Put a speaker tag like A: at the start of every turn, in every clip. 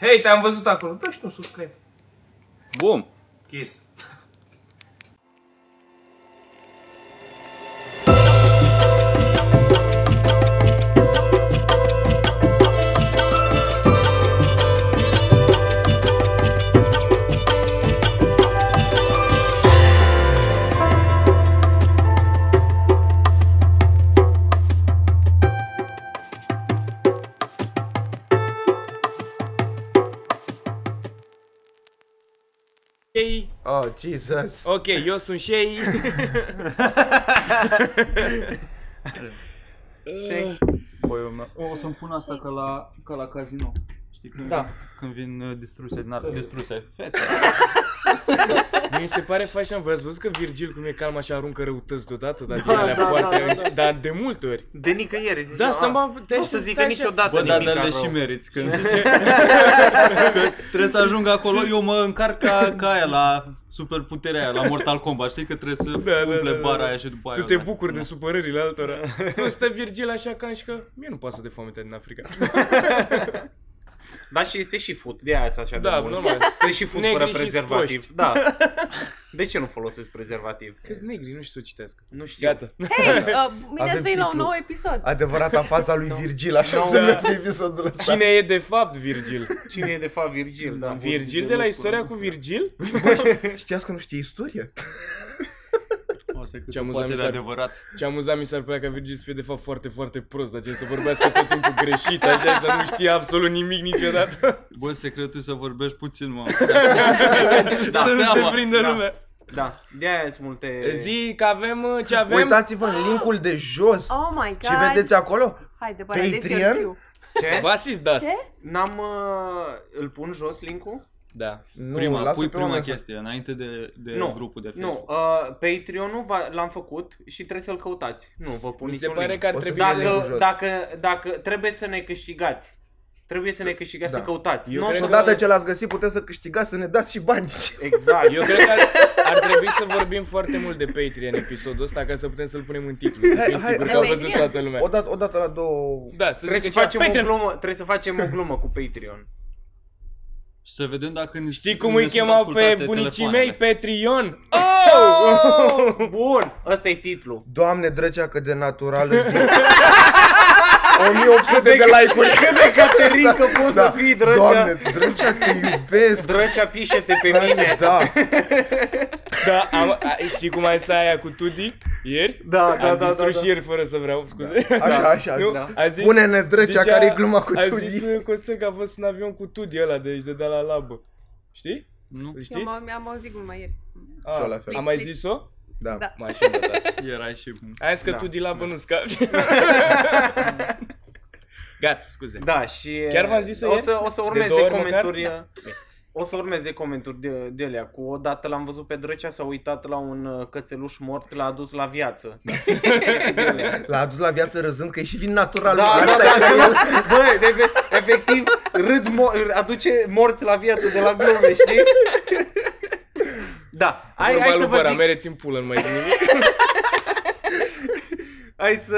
A: Hei, te-am văzut acolo. Dă și tu subscribe.
B: Bum!
A: Kiss. Shei.
C: Oh, Jesus.
A: Ok, eu sunt Shei.
D: Boiul meu. O, o să-mi pun asta ca la, ca la casino. Știi când,
A: Da.
D: da. când vin uh, distruse, na, distruse, fete.
A: Mi se pare fașan, v-ați văzut că Virgil cum e calm așa aruncă răutăți deodată, dar da, da, foarte da, da, da. dar de multe ori.
E: De nicăieri, zici,
A: Da,
E: a,
A: să mă
E: nu o să zică niciodată
D: Bă, dar
E: nimic
D: de
E: rău.
D: și meriți când zice... că trebuie să ajung acolo, eu mă încarc ca, ca aia la superputerea aia, la Mortal Kombat, știi că trebuie să
A: da,
D: da, umple
A: da,
D: da,
A: da.
D: bara aia și după aia.
A: Tu te
D: da.
A: bucuri de supărările altora. nu stă Virgil așa ca și că mie nu pasă de foamea din Africa.
E: Da, și se și fut, de aia sunt așa
A: Da,
E: de mulți.
A: normal.
E: Se și fut
A: Negri
E: fără
A: și proști.
E: prezervativ. Da. De ce nu folosesc prezervativ?
A: Că negri, nu știu să o citesc.
E: Nu știu.
A: Gata.
F: Hei, uh, bine ați
C: Avem
F: venit la un
C: titlu.
F: nou episod.
C: Adevărata fața lui Virgil, așa
A: No. Da.
C: se numește episodul ăsta.
A: Cine e de fapt Virgil?
E: Cine e de fapt Virgil, da.
A: Virgil de la istoria cu Virgil?
C: Știați că nu știe istorie?
D: O să cât
A: Ce
D: se
A: amuzant
D: poate
A: mi
D: de
A: s-ar-
D: adevărat.
A: Ce amuzant mi s-ar părea ca Virgil să fie de fapt foarte, foarte prost, dar gen să vorbească tot timpul greșit, așa, să nu știe absolut nimic niciodată.
D: Bă, secretul e să vorbești puțin, mă.
E: Da,
A: să nu se
E: seama.
A: prindă
E: Da.
A: lumea.
E: Da, de aia sunt multe...
A: Zi că avem uh, ce avem.
C: Uitați-vă în linkul de jos
F: Oh my god.
C: și vedeți acolo.
F: Haide, bă, vedeți eu
C: Patreon?
F: știu.
E: Ce?
A: Vasis das.
F: Ce?
E: N-am... uh, Îl pun jos linkul?
A: Da.
C: Nu,
D: Prima,
C: lasă
D: pui
C: pe oameni
D: prima
C: să-
D: chestie, înainte de, de
E: Nu,
D: grupul de Facebook.
E: Nu, uh, Patreon-ul va- l-am făcut și trebuie să-l căutați. Nu, vă pun
A: Mi se
E: niciun
A: pare
E: link.
A: că ar
C: O să
A: trebui
C: fie
A: să...
C: link.
E: Dacă,
C: jos.
E: dacă, dacă trebuie să ne câștigați. Trebuie să ne câștigați
C: Da.
E: să căutați.
A: Eu
E: Nu o
A: cred
E: să...
A: că-
C: Odată ce l-ați găsit, puteți să câștigați, să ne dați și bani.
E: Exact.
A: Eu cred că ar, ar trebui să vorbim foarte mult de Patreon episodul ăsta ca să putem să-l punem în titlu. Să
C: Hai,
A: fim
C: hai,
A: sigur că
F: hai.
A: au văzut toată lumea.
C: Odată, odată la două...
A: Da, să
E: Trebuie
A: zic
E: să,
A: că
E: facem o
A: Patreon.
E: glumă, trebuie să facem o glumă cu Patreon.
D: Și să vedem dacă ne
A: Știi cum
D: ne
A: îi
D: sunt
A: chemau pe
D: ascultate
A: bunicii mei?
D: telefoanele.
A: Patreon! Oh!
E: Bun, ăsta e titlul.
C: Doamne, drăcea, cât de natural îți vine. 1800 de like-uri. Cât de
E: Caterica, poți să fii, Drăcea.
C: Da, Doamne, drăcea, te iubesc.
E: Drăcea pișete pe
C: Drăcea,
E: mine.
C: da.
A: Da, am, a, știi cum ai să aia cu Tudi? Ieri?
E: Da, da,
A: am
E: da, da,
A: distrus
E: da.
A: și ieri fără să vreau, scuze.
C: Așa, așa.
A: Nu,
C: da.
A: a zis-
C: Spune-ne, drăcea,
A: Zicea-
C: care e gluma cu
A: a
C: Tudi.
A: zis uh, Costel că a fost în avion cu Tudi ăla de aici, de, de la labă. Știi?
D: Nu,
A: Îl
F: Eu
A: știți? Ah,
F: m-am, am auzit gluma ieri.
C: Și eu la fel.
A: am mai zis-o?
C: Da.
F: Da.
A: M-aș fi învățat.
D: erai Păi și
A: Ai zis că
E: Da.
A: tu de la bă nu scapi. Gata, scuze.
E: Da, și
A: Chiar v-am zis-o
E: o
A: ieri?
E: să, o să
A: două
E: urmeze
A: ori
E: comentarii.
A: măcar?
E: O să urmeze comentarii de, de alea. Cu odată l-am văzut pe Drăcea, s-a uitat la un uh, cățeluș mort, l-a adus la viață.
C: L-a adus la viață răzând că e și vin natural.
E: Da,
C: Asta
E: da,
C: e
E: da,
C: că el-
E: da. Bă, de, de- efectiv, râd mo- aduce morți la viață de la glume, știi? Da, hai, hai să vă zic,
A: mereți în pulă, nu mai zic nimic.
E: hai să...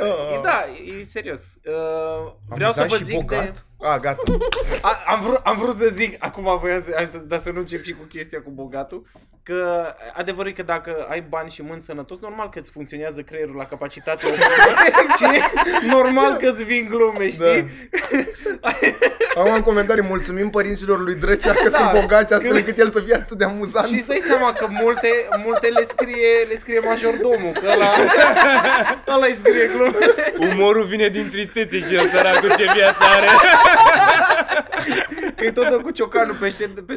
A: Ah.
E: Da, e serios. Uh, Vreau să
C: Amuzat
E: vă
C: și
E: zic de...
C: bogat. A, gata.
E: A, am, vrut, am vrut să zic, acum voiam să, hai să, dar să nu încep și cu chestia cu bogatul, că adevărul e că dacă ai bani și mâini sănătos, normal că îți funcționează creierul la capacitate și normal că îți vin
C: Da.
E: glume, știi?
C: Am în comentarii, mulțumim părinților lui Drăcea că
E: Da.
C: sunt bogați astfel
E: Că-
C: încât el să fie atât de amuzant.
E: Și să-i seama că multe, multe le scrie, le scrie majordomul, că ăla, ăla îi scrie glumele.
A: Umorul vine din tristețe și el săracul ce viață are.
E: Că e tot cu ciocanul pe șed, pe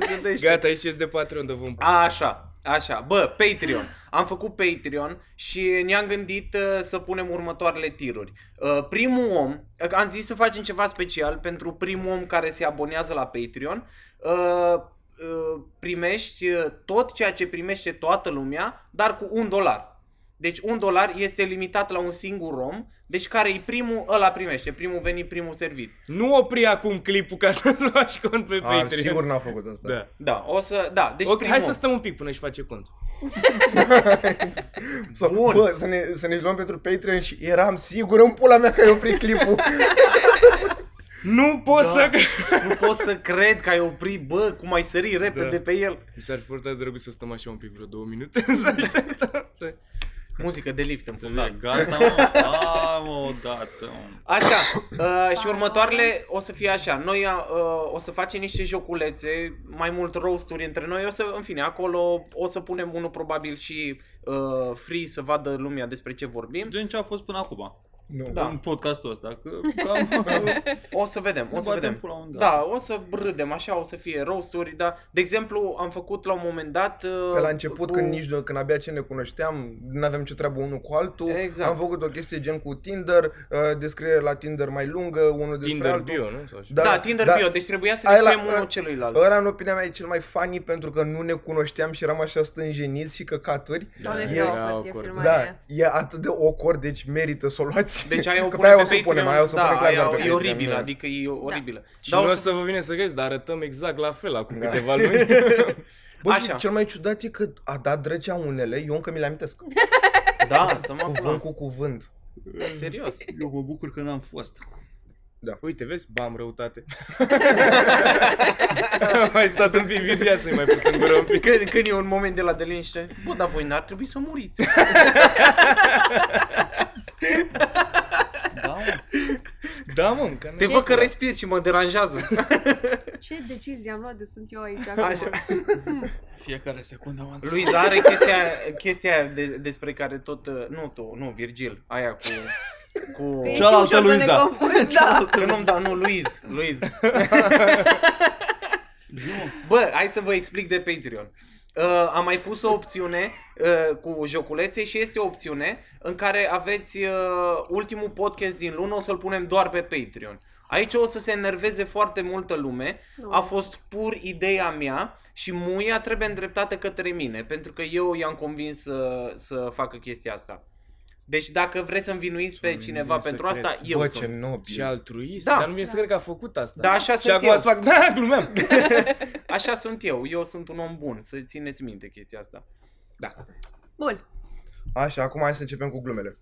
E: ședește.
A: Gata, ieșiți de Patreon de vom.
E: Așa, așa. Bă, Patreon. Am făcut Patreon și ne-am gândit uh, să punem următoarele tiruri. Uh, primul om, am zis să facem ceva special pentru primul om care se abonează la Patreon. Uh, uh, primești uh, tot ceea ce primește toată lumea, dar cu un dolar. Deci un dolar este limitat la un singur om, deci care e primul, ăla primește, primul venit, primul servit.
A: Nu opri acum clipul ca să nu faci cont pe
C: A,
A: Patreon.
C: Ah, sigur n-a făcut asta.
A: Da.
E: Da, o să, da, deci
A: ok,
E: primul
A: hai
E: om.
A: să stăm un pic până își face cont.
C: Sau, bă, să ne, să ne luăm pentru Patreon și eram sigur în pula mea că ai oprit clipul.
A: Nu pot
E: Da.
A: să...
E: Nu pot să cred că ai oprit, bă, cum ai sărit repede
A: Da.
E: pe el.
A: Mi s-ar fi părut drăguț să stăm așa un pic vreo două minute să așteptăm. să-
E: Muzică de lift în
D: Da,
E: fundal.
D: gata, mă. A, mă, odată, mă.
E: Așa, uh, și următoarele o să fie așa. Noi uh, o să facem niște joculețe, mai mult roasturi între noi. O să, în fine, acolo o să punem unul probabil și uh, free să vadă lumea despre ce vorbim.
D: Gen ce a fost până acum.
C: Nu.
E: Da.
D: În podcastul ăsta. Că cam...
E: O să vedem, o să
D: batem
E: vedem.
D: pula unde.
E: Da, o să râdem, așa o să fie roasturi, dar, de exemplu, am făcut la un moment dat... uh,
C: Pe la început,
E: cu-
C: când nici noi, când abia ce ne cunoșteam, nu aveam ce treabă unul cu altul.
E: Exact.
C: Am făcut o chestie gen cu Tinder, uh, descriere la Tinder mai lungă, unul despre
A: Tinder
C: altul.
A: bio, nu? Sau așa.
E: Da,
C: Da,
E: Tinder
C: da.
E: bio, deci trebuia să
C: Aia la-
E: descriem unul
C: a-
E: celuilalt.
C: Ăla, în opinia mea, e cel mai funny pentru că nu ne cunoșteam și eram așa stânjeniți și căcaturi.
F: Doamne,
A: Da,
F: ce
C: era
F: awkward e
A: awkward.
F: filmarea
C: Da,
F: aia.
C: e atât de awkward, deci merită să o luați.
E: Deci aia o
C: că
E: punem
C: pe
E: pe
C: aia o să o punem,
E: Patreon,
C: aia o să o
E: da,
C: punem clar
E: aia
C: doar pe
E: e
C: Patreon, da.
E: oribilă,
C: nu.
E: adică e oribilă.
A: Și
E: Dar
A: nu
E: o
A: o
E: să...
A: să vă vine să crezi, dar arătăm exact la fel acum
C: Da.
A: câteva luni.
C: Bă, și
E: Așa.
C: cel mai ciudat e că a dat drăgea unele, eu încă mi le amintesc.
E: Da, să mă
C: Cuvânt
E: fac.
C: cu cuvânt.
E: Serios.
D: Eu mă bucur că n-am fost.
A: Uite, vezi? Bam, răutate. Am mai stat un pic virgea să-i mai put în gură un pic.
E: Când, când e un moment de la de liniște, bă, dar voi n-ar trebui să muriți.
D: Da, mă.
A: Da, mă, că
E: Te văd că respiri și mă deranjează.
F: Ce decizie am luat de sunt eu aici acum?
E: Așa.
D: Fiecare secundă am
E: Luiza are chestia, chestia aia de, despre care tot... uh, Nu tu, nu, Virgil, aia cu... cu...
F: Că e
D: Cealaltă
F: ușor să ne
D: Luiza.
F: confunzi, da.
E: Că nu-mi dau, nu, Luiz, Luiz.
D: Zi-mă.
E: Bă, hai să vă explic de Patreon. Uh, am mai pus o opțiune uh, cu joculețe și este o opțiune în care aveți uh, ultimul podcast din lună, o să-l punem doar pe Patreon. Aici o să se enerveze foarte multă lume,
F: Nu.
E: a fost pur ideea mea și muia trebuie îndreptată către mine, pentru că eu i-am convins să, să facă chestia asta. Deci dacă vreți să învinuiți pe
A: Sunt
E: cineva
A: mine
E: pentru
A: secret.
E: asta, eu
C: Bă,
E: sunt.
C: ce nobil.
A: Și altruist,
E: Da.
A: dar nu mi se să cred că a făcut asta.
E: Da, așa
A: și
E: sunt
A: acum
E: eu.
A: îți fac, da, glumeam.
E: Așa sunt eu, eu sunt un om bun, să țineți minte chestia asta.
F: Bun.
C: Așa, acum hai să începem cu glumele.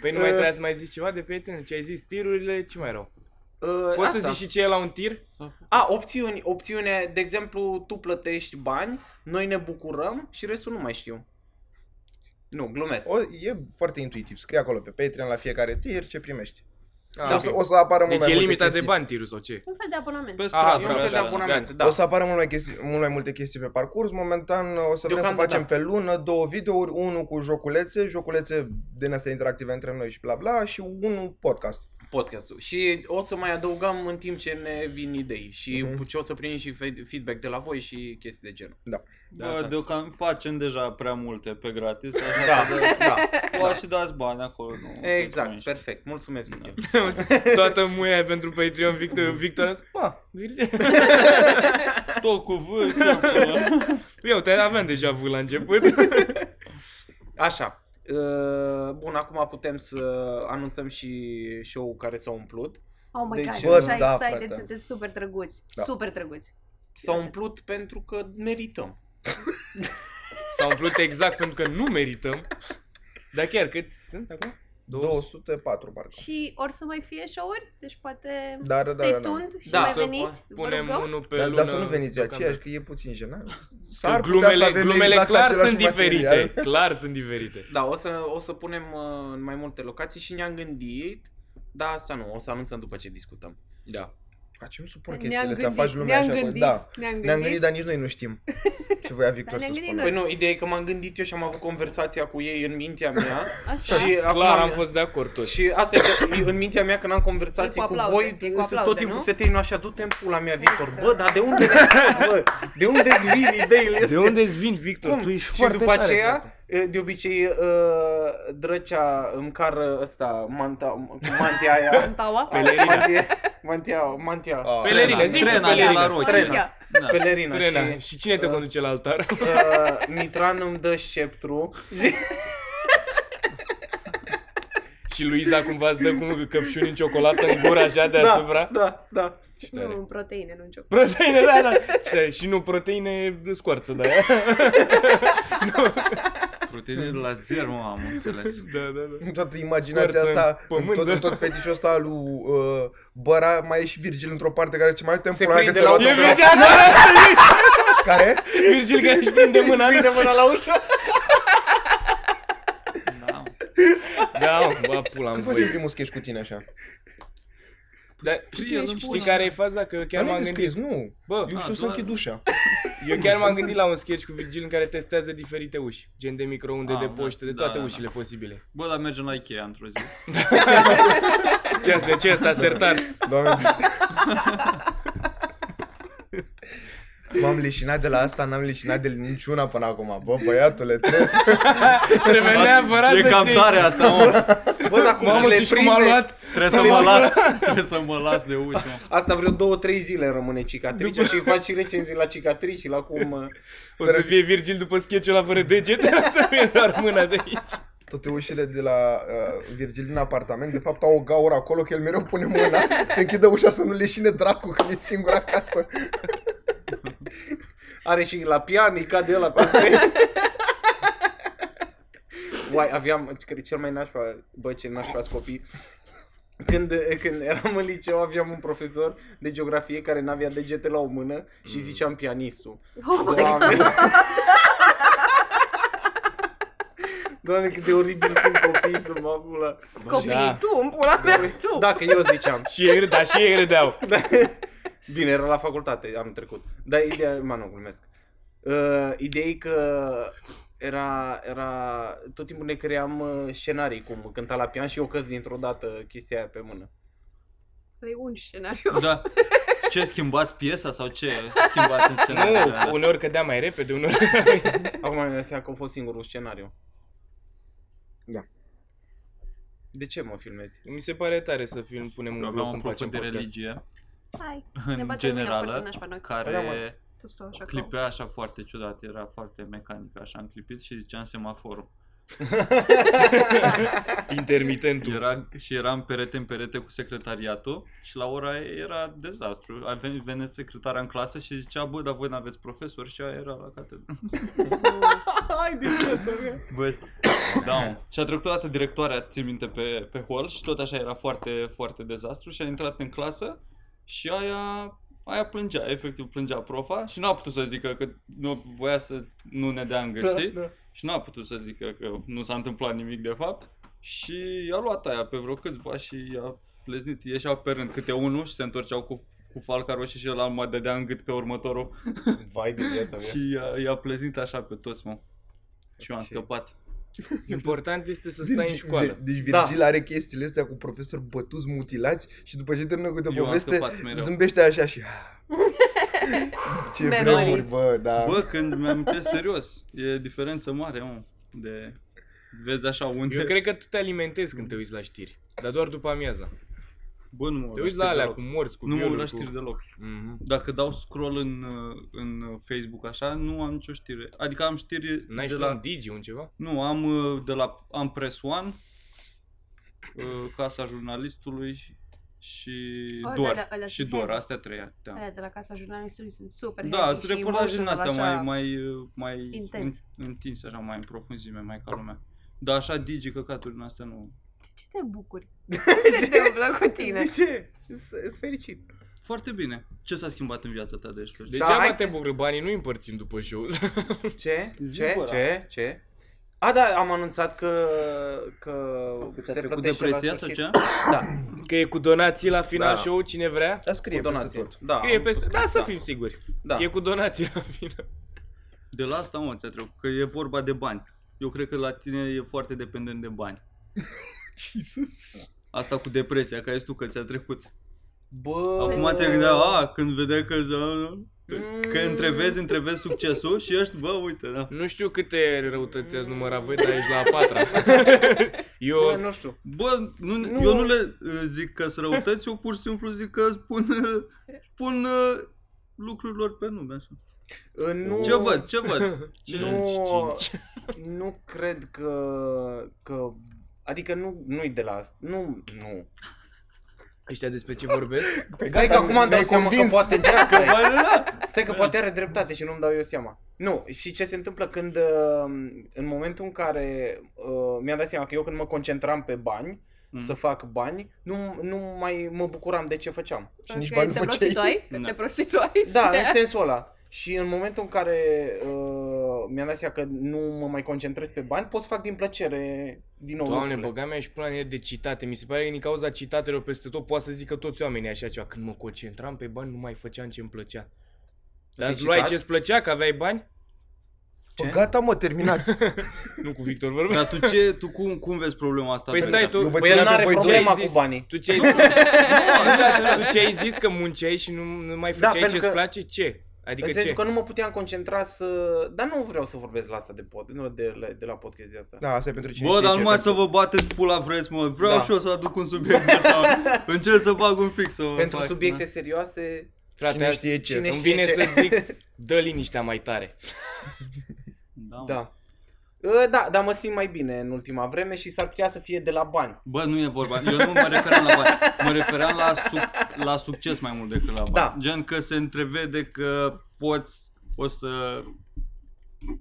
A: Păi nu mai trebuia să mai zici ceva de prieten? Ce ai zis? Tirurile? Ce mai rău?
E: Uh,
A: Poți să
E: asta.
A: zici și ce e la un tir?
E: A, opțiuni, opțiune, de exemplu, tu plătești bani, noi ne bucurăm și restul nu mai știu. Nu, glumesc.
C: O, e foarte intuitiv, scrie acolo pe Patreon la fiecare tir ce primești.
A: Ah,
E: Da.
C: și o, să,
A: ok.
C: o să apară mult
A: Deci
C: mai
A: e
C: multe
A: limita de
C: chestii.
A: bani tirul sau ce?
F: Un fel de abonament.
D: Pe
A: Ah,
D: stradă.
E: E un fel de
A: da, da,
E: abonament,
A: da.
E: da.
C: O să apară mult mai, chestii, mult mai multe chestii pe parcurs. Momentan o să vrem să
E: Deocamdată,
C: facem
E: da.
C: pe lună două videouri, unul cu joculețe, joculețe din astea interactive între noi și bla bla și unul podcast.
E: Podcastul. Și o să mai adăugăm în timp ce ne vin idei și
C: Mhm.
E: ce o să primim și fe- feedback de la voi și chestii de genul.
A: Da,
D: Bă,
A: da.
D: deocamdată facem deja prea multe pe gratis. Așa
E: Da,
D: că
E: da.
D: Poate și dați bani acolo. Nu,
E: Exact,
D: mulțumesc.
E: perfect. Mulțumesc, Miguel.
A: Toată muia pentru Patreon Victor, Victor a zis, "Ma, Virgil."
D: Tot cu V, ce acolo.
A: Eu te aveam deja vât la început.
E: Așa. Uh, Bun, acum putem să anunțăm și show-ul care s-a umplut.
F: Oh my
E: Deci-
F: god,
E: Bă,
F: sunt așa
C: da,
F: excited,
C: frate.
F: sunteți super drăguți.
C: Da.
F: Super drăguți.
E: S-a umplut pentru că merităm.
A: S-a umplut exact pentru că nu merităm. Dar chiar câți sunt acum?
C: 204 parcă.
F: Și or să mai fie show-uri, deci poate
C: Da, da,
F: stay
C: da, da.
F: tuned și
E: Da,
F: mai
A: să
F: veniți, vă
A: Punem
F: rugăm.
A: unul pe
C: Dar,
A: lună.
C: Da, dar să nu veniți de
A: deocamdă.
C: aceeași, că e puțin jenant.
A: Că
C: S-ar putea să
A: Glumele,
C: avem
A: glumele
C: exact
A: clar
C: același
A: sunt
C: material.
A: diferite. Clar sunt diferite.
E: Da, o să, o să punem uh, în mai multe locații și ne-am gândit, dar asta nu, o să anunțăm după ce discutăm.
A: Da.
C: A, ce nu suport chestiile astea, faci lumea
F: ne-am
C: așa. acolo.
F: gândit,
C: Da.
F: ne-am
C: Ne-am
F: gândit,
C: gândit, dar nici noi nu știm ce voia Victor
F: ne-am
C: să
F: gândit
C: spună.
E: Păi nu, ideea e că m-am gândit eu și am avut conversația cu ei în mintea mea
C: da.
F: așa.
E: și acum
A: Clar am fost de acord toți.
E: și asta e că e în mintea mea când am conversații
F: E
E: cu,
F: cu aplauze,
E: voi,
F: e cu
E: să tot
F: aplauze,
E: timpul
F: nu?
E: se termină așa, du-te în pula mea, Victor.
F: Exact.
E: Bă, dar de unde le bă? De unde îți vin ideile astea?
A: îți vin, Victor?
E: Cum? și după aceea, de obicei, uh, drăcea îmi cară ăsta, manta, cu mantia aia.
F: Taua.
A: Pelerina.
E: Mantia, mantia, mantia.
C: Ah.
A: Pelerina, zici tu
D: Trena, la
A: pelerina.
D: roci.
E: Trena.
D: Da.
E: Pelerina
A: Trena.
E: și
A: Și cine te
E: Uh.
A: conduce la altar?
E: uh, Mitran îmi dă sceptru și
A: Și Luiza cumva îți dă cu căpșuni în ciocolată în gură așa deasupra?
E: Da, da.
A: Și tare.
F: Nu, în proteine, nu în ciocolată.
A: Proteine, da, da. Și, și nu proteine de scoarță, da.
D: portire de la zero, mă, am înțeles.
A: Da, da, da.
C: În toată imaginația
A: Sperță
C: asta,
A: în pământ,
C: în tot,
A: da.
C: în tot fetișul ăsta lui uh, Băra, mai e și Virgil într-o parte care ce mai uite în
E: Se
C: pula mea că
E: prinde
C: ți-a
E: la
C: luat-o
A: E
E: un
C: pe-
A: Virgil, da,
C: Care?
A: Virgil care își prinde mâna.
E: Prinde mâna la ușă.
D: Da.
A: Da, mă, bă, pula în
C: Când facem
A: voi.
C: primul sketch cu tine așa?
A: Dar
D: Știi, el îmi
A: știi
D: pune.
A: care e faza? Că eu chiar
C: Dar nu
A: m-am
C: e
A: gândit.
C: descris, nu.
A: Bă,
C: Eu
D: Ah,
C: știu să
D: doar-
C: închid ușa.
A: eu chiar m-am gândit la un sketch cu Virgil în care testează diferite uși. Gen de microunde,
D: Ah,
A: de
D: da,
A: poște, de
D: da,
A: toate
D: da, da.
A: ușile posibile.
D: Bă, dar mergem la Ikea într-o zi.
A: Ia să ce ăsta sertar.
C: Doamne. M-am leșinat de la asta, n-am leșinat de niciuna până acum. Bă, băiatule, trebuie să...
A: Trebuie neapărat
D: e
A: să
D: cam tare asta, mă.
E: Bă, dar cum
A: Mamă,
E: le
A: știi cum a
E: prinde?
A: luat?
D: Trebuie să mă las, trebuie să mă las de ușa.
E: Asta vreo două, trei zile îmi rămâne cicatricea și faci și recenzii la cicatrici și la cum... uh,
A: O să fie Virgil după sketch-ul ăla fără deget, să fie doar mâna de aici.
C: Toate ușile de la uh, Virgil din apartament, de fapt, au o gaură acolo, că el mereu pune mâna, se închide ușa să nu leșine dracu când e singur acasă.
E: Are și la pian, îi cade ăla peste. Uai, aveam, cred, cel mai nașpa, bă, ce nașpa copii. Când, când eram în liceu, aveam un profesor de geografie care n-avea degete la o mână și ziceam pianistul.
F: Oh my God.
E: Doamne. Doamne, cât de oribil sunt copiii să mă Da. pula.
F: Copii,
A: Da.
F: tu, în pula mea, tu.
E: Dacă eu ziceam.
A: Și ei râdeau, și ei râdeau.
E: Da. Bine, era la facultate, am trecut. Dar ideea, mă, nu, glumesc. Uh, ideea e că era, era, tot timpul ne cream uh, scenarii cum cânta la pian și eu căz dintr-o dată chestia aia pe mână.
F: E un scenariu.
D: Da. Ce, schimbați piesa sau ce? Schimbați în
A: Nu,
D: scenariu?
A: uneori cădea mai repede, uneori...
E: Acum mi-am dat seama că a fost singurul scenariu.
C: Da.
E: De ce mă filmezi?
A: Mi se pare tare să film, punem un
D: Aveam
A: vlog
D: un
A: cum
D: prof
A: facem
D: de
A: podcast.
D: religie,
F: Hai, ne
D: în
F: batem mâine
D: generală,
F: foarte nașpa, noi.
A: Păi
C: Da,
D: care
C: mă.
F: Tu stau așa ca...
D: clipea așa foarte ciudat, era foarte mecanică, așa am clipit și ziceam semaforul.
A: Intermitentul.
D: Era, și eram perete în perete cu secretariatul și la ora aia era dezastru. A venit, venit secretarea în clasă și zicea, bă, dar voi n-aveți profesor și aia era la catedră.
E: Hai de ce,
D: Bă, da, mă. Și a trecut toată directoarea, țin minte, pe, pe hol și tot așa era foarte, foarte dezastru și a intrat în clasă și aia, aia plângea, efectiv plângea profa și n-a putut să zică că nu voia să nu ne dea în găsit.
E: Da,
D: Și n-a putut să zică că nu s-a întâmplat nimic de fapt Și a luat aia pe vreo câțiva și i-a pleznit Ieșeau pe rând câte unul și se întorceau cu, cu falca roșie și el mai dădea în gât pe următorul
E: Vai de viața mea.
D: Și i-a, i-a pleznit așa pe toți, mă Și eu am
E: Ce?
D: scăpat
A: Important este să stai în
C: Virgil-
A: școală.
C: Vir- Deci
D: Da.
C: Virgil are chestiile astea cu profesori bătuți, mutilați și după ce termină cu de
D: Eu am
C: poveste,
D: scăpat mereu
C: zâmbește așa și... "Ah, Ce
F: Memories.
C: vremuri, bă, da.
D: Bă, când mi-am serios, e diferență mare, mă De... Vezi așa unde...
A: Eu cred că tu te alimentezi când te uiți la știri. Dar doar după amiaza.
D: Bă, nu mă
A: Te uiți la
D: știri
A: alea
D: deloc.
A: cu morți, cu
D: Nu mă uit
A: violuri,
D: la
A: cu-
D: știri deloc
A: Mhm.
D: Dacă dau scroll în, uh, în Facebook așa, nu am nicio știre. Adică am știri
A: N-ai
D: de
A: știut
D: la...
A: un digi, un ceva?
D: Nu, am uh, de la am Press One, uh, Casa Jurnalistului și
F: Oh,
D: Dor.
F: alea- alea
D: și
F: sunt
D: Dor,
F: heavy.
D: astea trei. Da,
F: Aia de la Casa Jurnalistului sunt super
D: da
F: heavy
D: sunt
F: și
D: reportaje din
F: emotional,
D: astea
F: așa.
D: mai, mai, uh, mai
F: Intens.
D: în- întinse, așa, mai în profunzime, mai ca lumea. Dar așa digi căcaturi din astea nu.
F: De ce te bucuri? Ce se întâmplă cu tine?
E: De ce? Sunt fericit.
D: Foarte bine. Ce s-a schimbat în viața ta de aici? Deci, Florin?
E: Sau
A: Degeaba
E: hai
A: te
E: să-
A: bucură, banii nu îi împărțim după show.
E: Ce?
D: Zi,
E: Ce?
D: bă,
E: Ce? Ce? A, da, am anunțat că, că
C: Că ți-a
E: se
D: Cu
E: plătește la
D: depresia sau
E: sfârșit.
D: ce?
E: Da,
A: Că e cu donații la final
E: Da.
A: show, cine vrea?
C: Dar scrie
E: cu
C: peste
E: donație.
C: tot.
E: Da,
A: Scrie
E: am
A: peste...
E: pus-
A: Da, să
E: da,
A: fim siguri.
E: Da.
A: E cu donații la final.
D: De la asta, mă, ți-a trecut, că e vorba de bani. Eu cred că la tine e foarte dependent de bani.
C: Jesus.
D: Asta cu depresia, care ești tu că ți-a trecut.
E: Bă...
D: Acum te gândeai,
E: da.
D: a, când vedeai că... Că
E: Mm.
D: întrevezi, întrevezi succesul și ești, bă, uite, da.
A: Nu știu câte răutăți ați numărat voi, dar ești la a patra.
E: Bă,
A: Eu...
E: nu știu.
D: Bă, nu,
E: Nu.
D: eu nu le uh, zic că sunt răutăți, eu pur și simplu zic că spun, uh, spun uh, lucrurilor pe nume, așa.
E: Uh, Nu,
D: Ce văd, ce văd? Ce?
E: Nu, nu cred că, că Adică nu, nu-i de la asta. Nu, nu.
A: Ăștia despre ce vorbesc?
E: Stai că acum îmi dau
C: mi-ai
E: seama că
C: Păi convins.
E: poate de asta e.
D: Bă, da.
E: Stai că poate are dreptate și nu-mi dau eu seama. Nu, și ce se întâmplă când, uh, în momentul în care uh, mi-am dat seama că eu când mă concentram pe bani,
D: Mm.
E: să fac bani, nu, nu mai mă bucuram de ce făceam.
C: Și nici bani nu
F: te
C: făceai.
F: prostituai?
D: Da.
F: Te prostituai?
E: Da,
F: și
E: în sensul ăla. Și în momentul în care uh, mi-am dat seama că nu mă mai concentrez pe bani, pot să fac din plăcere din nou
A: Doamne,
E: lucrurile.
A: băga mea și pula în el de citate. Mi se pare că din cauza citatelor peste tot poate să zică toți oamenii așa ceva. Când mă concentram pe bani, nu mai făceam ce-mi plăcea. Dar îți luai
D: citat?
A: ce-ți plăcea, că aveai bani?
C: Bă, gata mă, terminați.
A: Nu cu Victor
E: Da.
A: vorbeam.
D: Dar tu ce, tu cum, cum vezi problema asta?
A: Păi
D: atunci?
A: stai tu,
C: Eu vă
A: păi
C: țineam
E: El nu
C: Dacă
E: are
C: voi ce ai
E: problema cu
A: zis?
E: banii.
A: tu ce ai tu ce ai zis că munceai și nu, nu mai
E: Da,
A: făceai
E: pentru
A: ce-ți
E: că-
A: place? Ce?
E: Adică în
A: Adică
E: sensul
A: ce?
E: că nu mă puteam concentra să... Dar nu vreau să vorbesc la asta de pod, nu de, la- de la podcast de asta.
C: Da, asta e pentru cine
D: Bă,
C: știe
D: dar
C: ce,
D: numai
C: pentru-
D: să vă bateți pula vreți, mă. Vreau
E: Da.
D: și eu să aduc un subiect ăsta. Încerc să bag un pic să vă
E: Pentru
D: fac,
E: subiecte serioase,
A: Frate,
C: Cine
A: azi
C: știe ce.
E: cine
A: îmi
E: știe
A: vine
E: ce.
A: să zic, dă liniștea mai tare.
D: Da. da.
E: Da. Uh, Da, dar mă simt mai bine în ultima vreme și s-ar putea să fie de la bani.
D: Bă, nu e vorba. Eu nu mă referam la bani. Mă referam la, suc- la succes mai mult decât la bani.
E: Da.
D: Gen că se întrevede că poți, o să...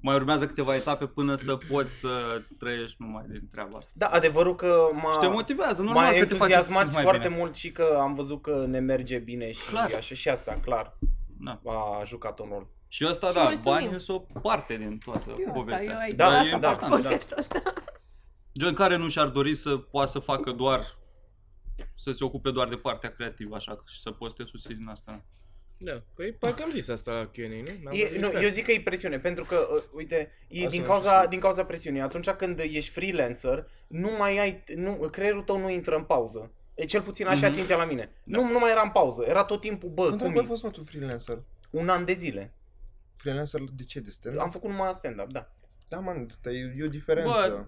D: Mai urmează câteva etape până să poți să trăiești numai din treaba asta.
E: Da, adevărul că m-a,
D: Și te motivează,
E: Ah, m-a
D: normal, că te faci să
E: entuziasmat
D: simți mai
E: foarte
D: bine.
E: bine. mult și că am văzut că ne merge bine și
D: Clar.
E: așa și asta, clar,
D: Da.
E: a jucat un rol.
D: Și asta,
F: Și
D: da,
F: mulțumim.
D: bani sunt o parte din toată
F: Eu asta,
D: povestea.
F: eu aici,
E: Da,
F: da,
E: e
F: asta fac
D: important, da.
F: podcastul ăsta.
D: Gen care nu și-ar dori să poată să facă doar să se ocupe doar de partea creativă, așa, și să poți să te susții din asta.
A: Da, păi parcă am zis asta la Q&A, nu? N-am
E: E,
A: vorbit
E: nu,
A: despre
E: eu
A: asta.
E: zic că e presiune, pentru că, uh, uite, e
C: Asta
E: din
C: e
E: cauza,
C: presiune.
E: din cauza presiunii. Atunci când ești freelancer, nu mai ai, nu, creierul tău nu intră în pauză. E cel puțin așa
D: Mhm.
E: simțea la mine.
D: Da.
E: Nu, nu mai era în pauză, era tot timpul, bă,
C: Când
E: cum
C: ai mai
E: e?
C: fost mă tu freelancer?
E: Un an de zile.
C: Freelancer de ce? De stand
E: Am făcut numai stand-up, da.
C: Da, mă, te- e o diferență.
D: Bă,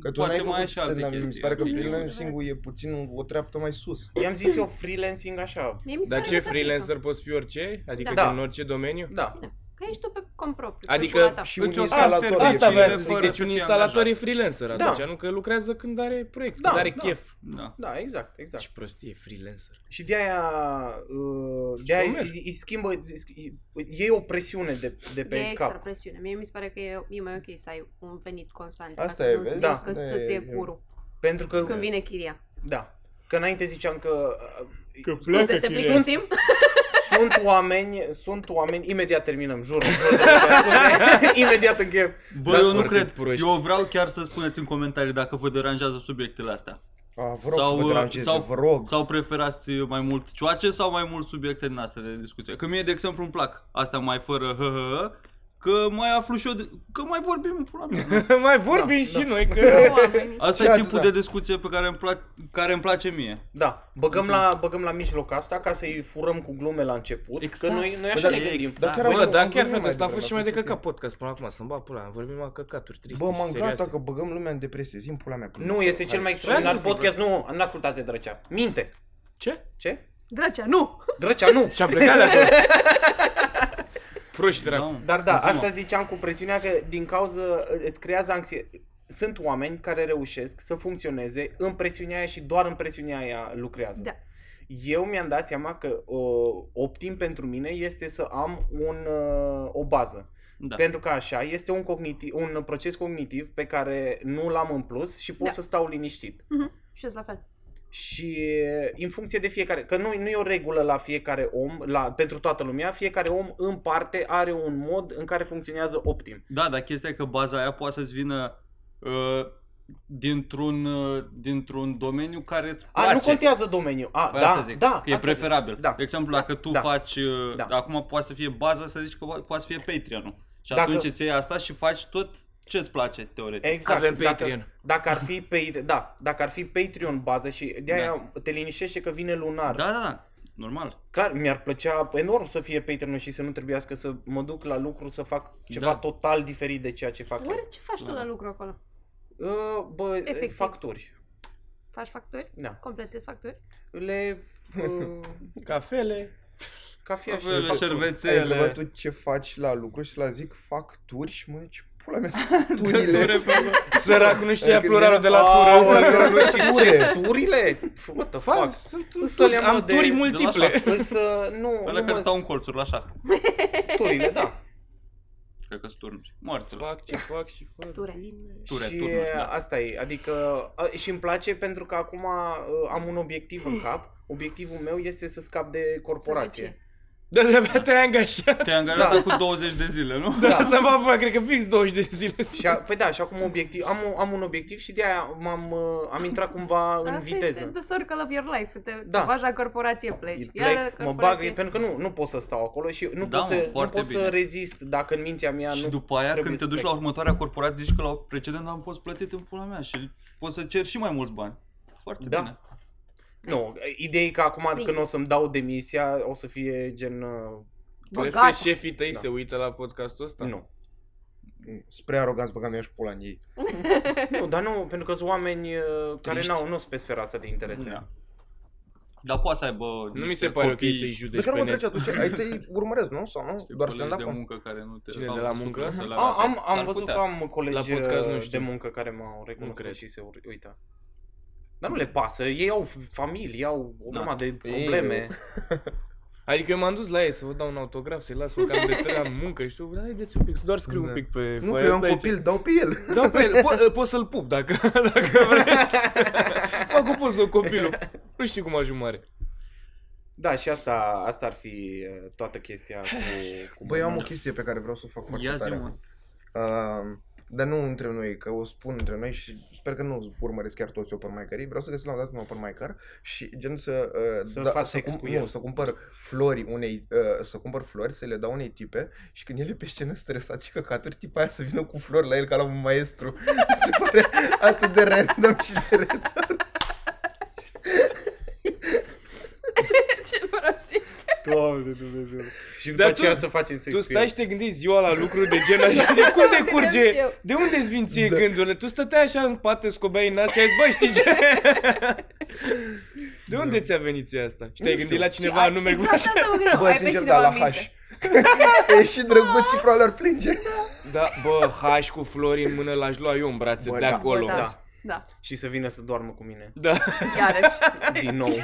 C: Că tu
D: Poate
C: n-ai
D: mai
C: făcut
D: ai și alte
C: stand-up, mi se
D: chestii.
C: pare că
D: Bine.
C: freelancing-ul e puțin o treaptă mai sus.
E: I-am zis eu freelancing așa.
F: Mie mi se
A: Dar
F: pare
A: ce,
F: că se aplică.
A: freelancer poți fi orice? Adică
E: Da.
A: da. în orice domeniu?
E: Da.
F: Că ești tu pe compropriu.
A: Adică-
C: Și un
D: Îți o-
C: instalator
D: Asta
C: e
A: Asta vreau să
C: freelancer.
A: zic,
D: fără
A: deci
D: să
A: un
D: fie
A: instalator
D: angajat.
A: e freelancer
E: Da.
A: atunci, nu că lucrează când are proiect,
E: Da,
A: când are
E: da.
A: chef.
D: Da.
E: Da, exact, exact.
A: Ce prostie, freelancer.
E: Și de aia, uh, de aia
A: Mulțumesc.
E: îi, îi schimbă, îi- îi- ei o presiune de, de pe
F: E exact. extra
E: cap.
F: presiune. Mie mi se pare că e, e mai ok să ai un venit constant.
C: Asta
F: ca
C: e,
F: să nu
C: vezi?
F: simți
E: Da.
F: că
C: Da,
F: să-ți
C: e-
F: e curul
E: Pentru că,
F: când vine chiria.
E: da, că înainte ziceam că, că
F: Scuze, te plictisim?
E: sunt oameni, sunt oameni, imediat terminăm, jur, jur scuze. imediat încheiem.
D: Bă,
A: Da,
D: eu nu
A: foarte
D: cred.
A: proști.
D: Eu vreau chiar să spuneți în comentarii dacă vă deranjează subiectele astea.
C: A, vă rog
D: Sau,
C: să vă
D: uh,
C: deranjeze,
D: sau-
C: vă rog.
D: Sau preferați mai mult cioace sau mai mult subiecte din astea de discuție? Că mie, de exemplu, îmi plac astea mai fără hă, hă, hă, că mai aflu și eu, de... că mai vorbim în pula mea. nu?
A: Mai vorbim
E: Da,
A: și
E: da.
A: noi că...
F: Oamenii.
D: Asta
C: Ceea
D: e
C: ce,
D: tipul
C: da.
D: de discuție pe care îmi, plac, care îmi place mie.
E: Da, băgăm
A: Mm-hmm.
E: la, băgăm la mijloc asta ca să-i furăm cu glume la început,
D: Exact.
E: că
A: Păi
E: noi, noi așa
D: Bă,
E: ne
D: da,
E: gândim.
D: exact.
C: Dar chiar
A: Bă,
C: am-
A: da,
C: am
A: chiar
C: gândit
A: frate, asta a
C: devreme
A: fost și
C: la
A: mai de
C: chestia.
A: căcat podcast până acum, să-mi bag pula, am vorbit numai căcaturi triste
C: Bă,
A: și
C: m-am gata
A: serioase.
C: că băgăm lumea în depresie. Zi-mi pula mea.
E: Nu, este cel mai extraordinar
A: Vreau să zic,
E: podcast, nu, nu ascultați de Drăcea. Minte.
A: Ce?
E: Ce?
F: Dracea, nu!
E: Drăcea, nu.
A: Și-am plecat de acolo. Proști dracu.
E: Dar da,
D: Zi-mă.
E: asta ziceam cu presiunea că din cauză uh, îți creează anxie. Sunt oameni care reușesc să funcționeze în presiunea aia și doar în presiunea aia lucrează.
F: Da.
E: Eu mi-am dat seama că uh, optim pentru mine este să am un, uh, o bază.
D: Da.
E: Da. Pentru că așa este un, cognitiv, un proces cognitiv pe care nu l-am în plus și pot
F: Da.
E: să stau liniștit.
F: Și eu sunt la fel.
E: Și uh, în funcție de fiecare, că nu, nu e o regulă la fiecare om, la, pentru toată lumea, fiecare om în parte are un mod în care funcționează optim.
D: Da, dar chestia e că baza aia poate să-ți vină uh, dintr-un, uh, dintr-un domeniu care îți
E: A,
D: place.
E: nu contează domeniul. A,
D: Păi
E: da,
D: asta zic,
E: da,
D: că e
E: asta
D: preferabil.
E: zic. Da.
D: De exemplu, dacă tu
E: Da.
D: faci, uh,
E: Da.
D: acum poate să fie baza, să zici că po- poate să fie Patreon-ul. Și
E: Dacă-
D: atunci îți iei asta și faci tot ce îți place, teoretic.
E: Exact.
A: Avem
E: dacă,
A: Patreon.
E: Dacă ar fi pe, da, dacă ar fi Patreon bază și de aia te liniștește că vine lunar.
D: Da, da, da, normal.
E: Clar, mi-ar plăcea enorm să fie Patreon și să nu trebuiască să mă duc la lucru să fac ceva
D: Da.
E: total diferit de ceea ce fac. eu.
F: Oare ce faci tu
D: Da.
F: la lucru acolo?
E: Uh, bă,
F: Efectiv.
E: facturi.
F: Faci facturi?
E: Da.
F: Completezi facturi?
E: Le uh,
A: Cafele.
E: cafea și Exact.
D: Avele,
E: facturi.
C: Ai
D: șervețele.
C: întrebat tu Adică ce faci la lucru și la zic facturi și mă ce pula mea
D: Dă-te
C: facturile.
D: repede.
A: Săracul nu știa
C: Adică
A: pluralul de la
E: Aoleu,
A: tură.
E: și gesturile? What the
A: Fac,
E: fuck?
A: sunt
E: Să le am
A: am
E: de-
A: turi
E: de la
A: multiple.
E: Însă nu,
D: Ăla
E: nu
D: care
E: mă
D: stau în colțuri, așa.
E: turile, da.
D: Cred că sunt turnuri. Morților.
A: Fac ce fac și fac
F: Ture.
A: bine.
D: Ture,
E: și
D: turnuri, da.
E: asta e, adică a, și îmi place pentru că acum a, am un obiectiv în cap. Obiectivul meu este să scap de corporație.
A: Da, da, da, te-ai angajat.
D: Te-ai angajat
E: Da.
D: acum 20 de zile, nu?
A: Da, să mă apă, cred că fix 20 de zile.
E: Și a, păi da, și acum obiectiv, am, un- am un obiectiv și de aia am, am intrat cumva în
F: Da, Asta
E: viteză.
F: este the circle of your life. Te,
E: Da.
F: te bagi la corporație, pleci.
E: Îi
F: Iară
E: plec, mă bag,
F: corporație.
E: pentru că nu, nu pot să stau acolo și nu
D: Da,
E: pot,
D: mă,
E: să, nu
D: foarte
E: pot
D: bine.
E: să rezist dacă în mintea mea
D: Și
E: nu...
D: după aia
E: trebuie
D: când te
E: să
D: duci
E: plec.
D: la următoarea corporație zici că la precedent am fost plătit în pula mea și poți să ceri și mai mulți bani. Foarte
E: Da.
D: bine.
E: Nu, ideea e că acum
F: Stingy.
E: când o să-mi dau demisia, o să fie gen... uh,
F: Bă,
A: Crezi
F: gata.
A: că șefii tăi
E: Da.
A: se uită la podcastul
D: Da.
A: ăsta?
E: Nu.
C: Spre aroganți băga mea și pula în ei.
E: Nu, dar nu, pentru că sunt oameni uh, care
D: Triști.
E: n-au, nu sunt pe sfera asta de interese.
D: Da. Dar poate să aibă
A: Nu mi
D: niște
A: se pare ok
D: copii,
A: să-i
C: De
D: Deci
A: judeci
C: care
A: pe
C: mă
A: net.
C: trece atunci? Ai tăi urmăresc, nu? Sau nu?
D: niște
C: Doar
D: colegi
C: stand-up?
D: de muncă care nu te
A: Cine,
D: au
A: de la
D: un
A: muncă?
D: suflet să le
E: A,
D: arate.
E: am, am
D: S-ar
E: văzut
D: putea.
E: că am colegi
A: La podcast nu
E: uh, de
A: știu.
E: muncă care m-au
A: cred.
E: recunoscut și se ur- uită. Dar nu le pasă, ei au familii, au o
D: Da.
E: grămadă de probleme.
A: Adică eu m-am dus la ei să vă dau un autograf, să-i las făcat de trei ani muncă și tu, haideți un pic, doar scriu
C: Da.
A: un pic pe
C: Nu, că
A: foaie
C: eu am
A: asta aici."
C: copil, dau pe el.
A: Da, pe el, po- poți să-l pup dacă, dacă vreți. Fac o poză cu copilul. Nu știu cum ajung mare.
E: Da, și asta, asta ar fi uh, toată chestia cu... cu
C: Băi, eu am o
E: munca.
C: chestie pe care vreau să o fac foarte
D: Da. Ia zi,
C: tare.
D: mă.
C: Uh, dar nu între noi, că o spun între noi și sper că nu urmăresc chiar toți open mic Vreau să găsesc la un dat un open mic și gen să... Uh,
E: Să faci
C: să,
E: sex cu el.
C: nu, să cumpăr flori unei... Uh, să cumpăr flori, să le dau unei tipe și când el e pe scenă stresat și căcaturi, tipa aia să vină cu flori la el ca la un maestru. Mi Se pare atât de random și de retard.
F: Ce părăsești?
E: Doamne Dumnezeu. Și după
A: Dar tu-
E: aceea să facem sex
A: Tu
E: cu el.
A: stai și te gândești ziua la lucru de genul așa, de cum
F: Să mă
A: te curge?
F: gândesc eu.
A: De unde îți vin ție
C: Da.
A: gândurile? Tu stăteai așa în pată, scobeai în nas și ai zis, bă, știi ce? De unde ți-a venit ție asta? Și te-ai
C: Nu
A: gândit
C: știu.
A: la
F: Și
A: cineva
F: ai-
A: anume
F: Exact asta mă gândeam.
C: Bă,
F: ai pe
C: sincer,
F: cineva
C: da, la
F: în minte.
C: haș. e și drăguț și probabil ar plânge.
A: Da, bă, haș cu flori în mână l-aș lua eu în brațe
C: Bă,
A: de
C: da.
A: acolo.
F: Bă, da.
A: Da.
F: Da,
E: Și să vină să doarmă cu mine.
F: iarăși.
E: Din nou.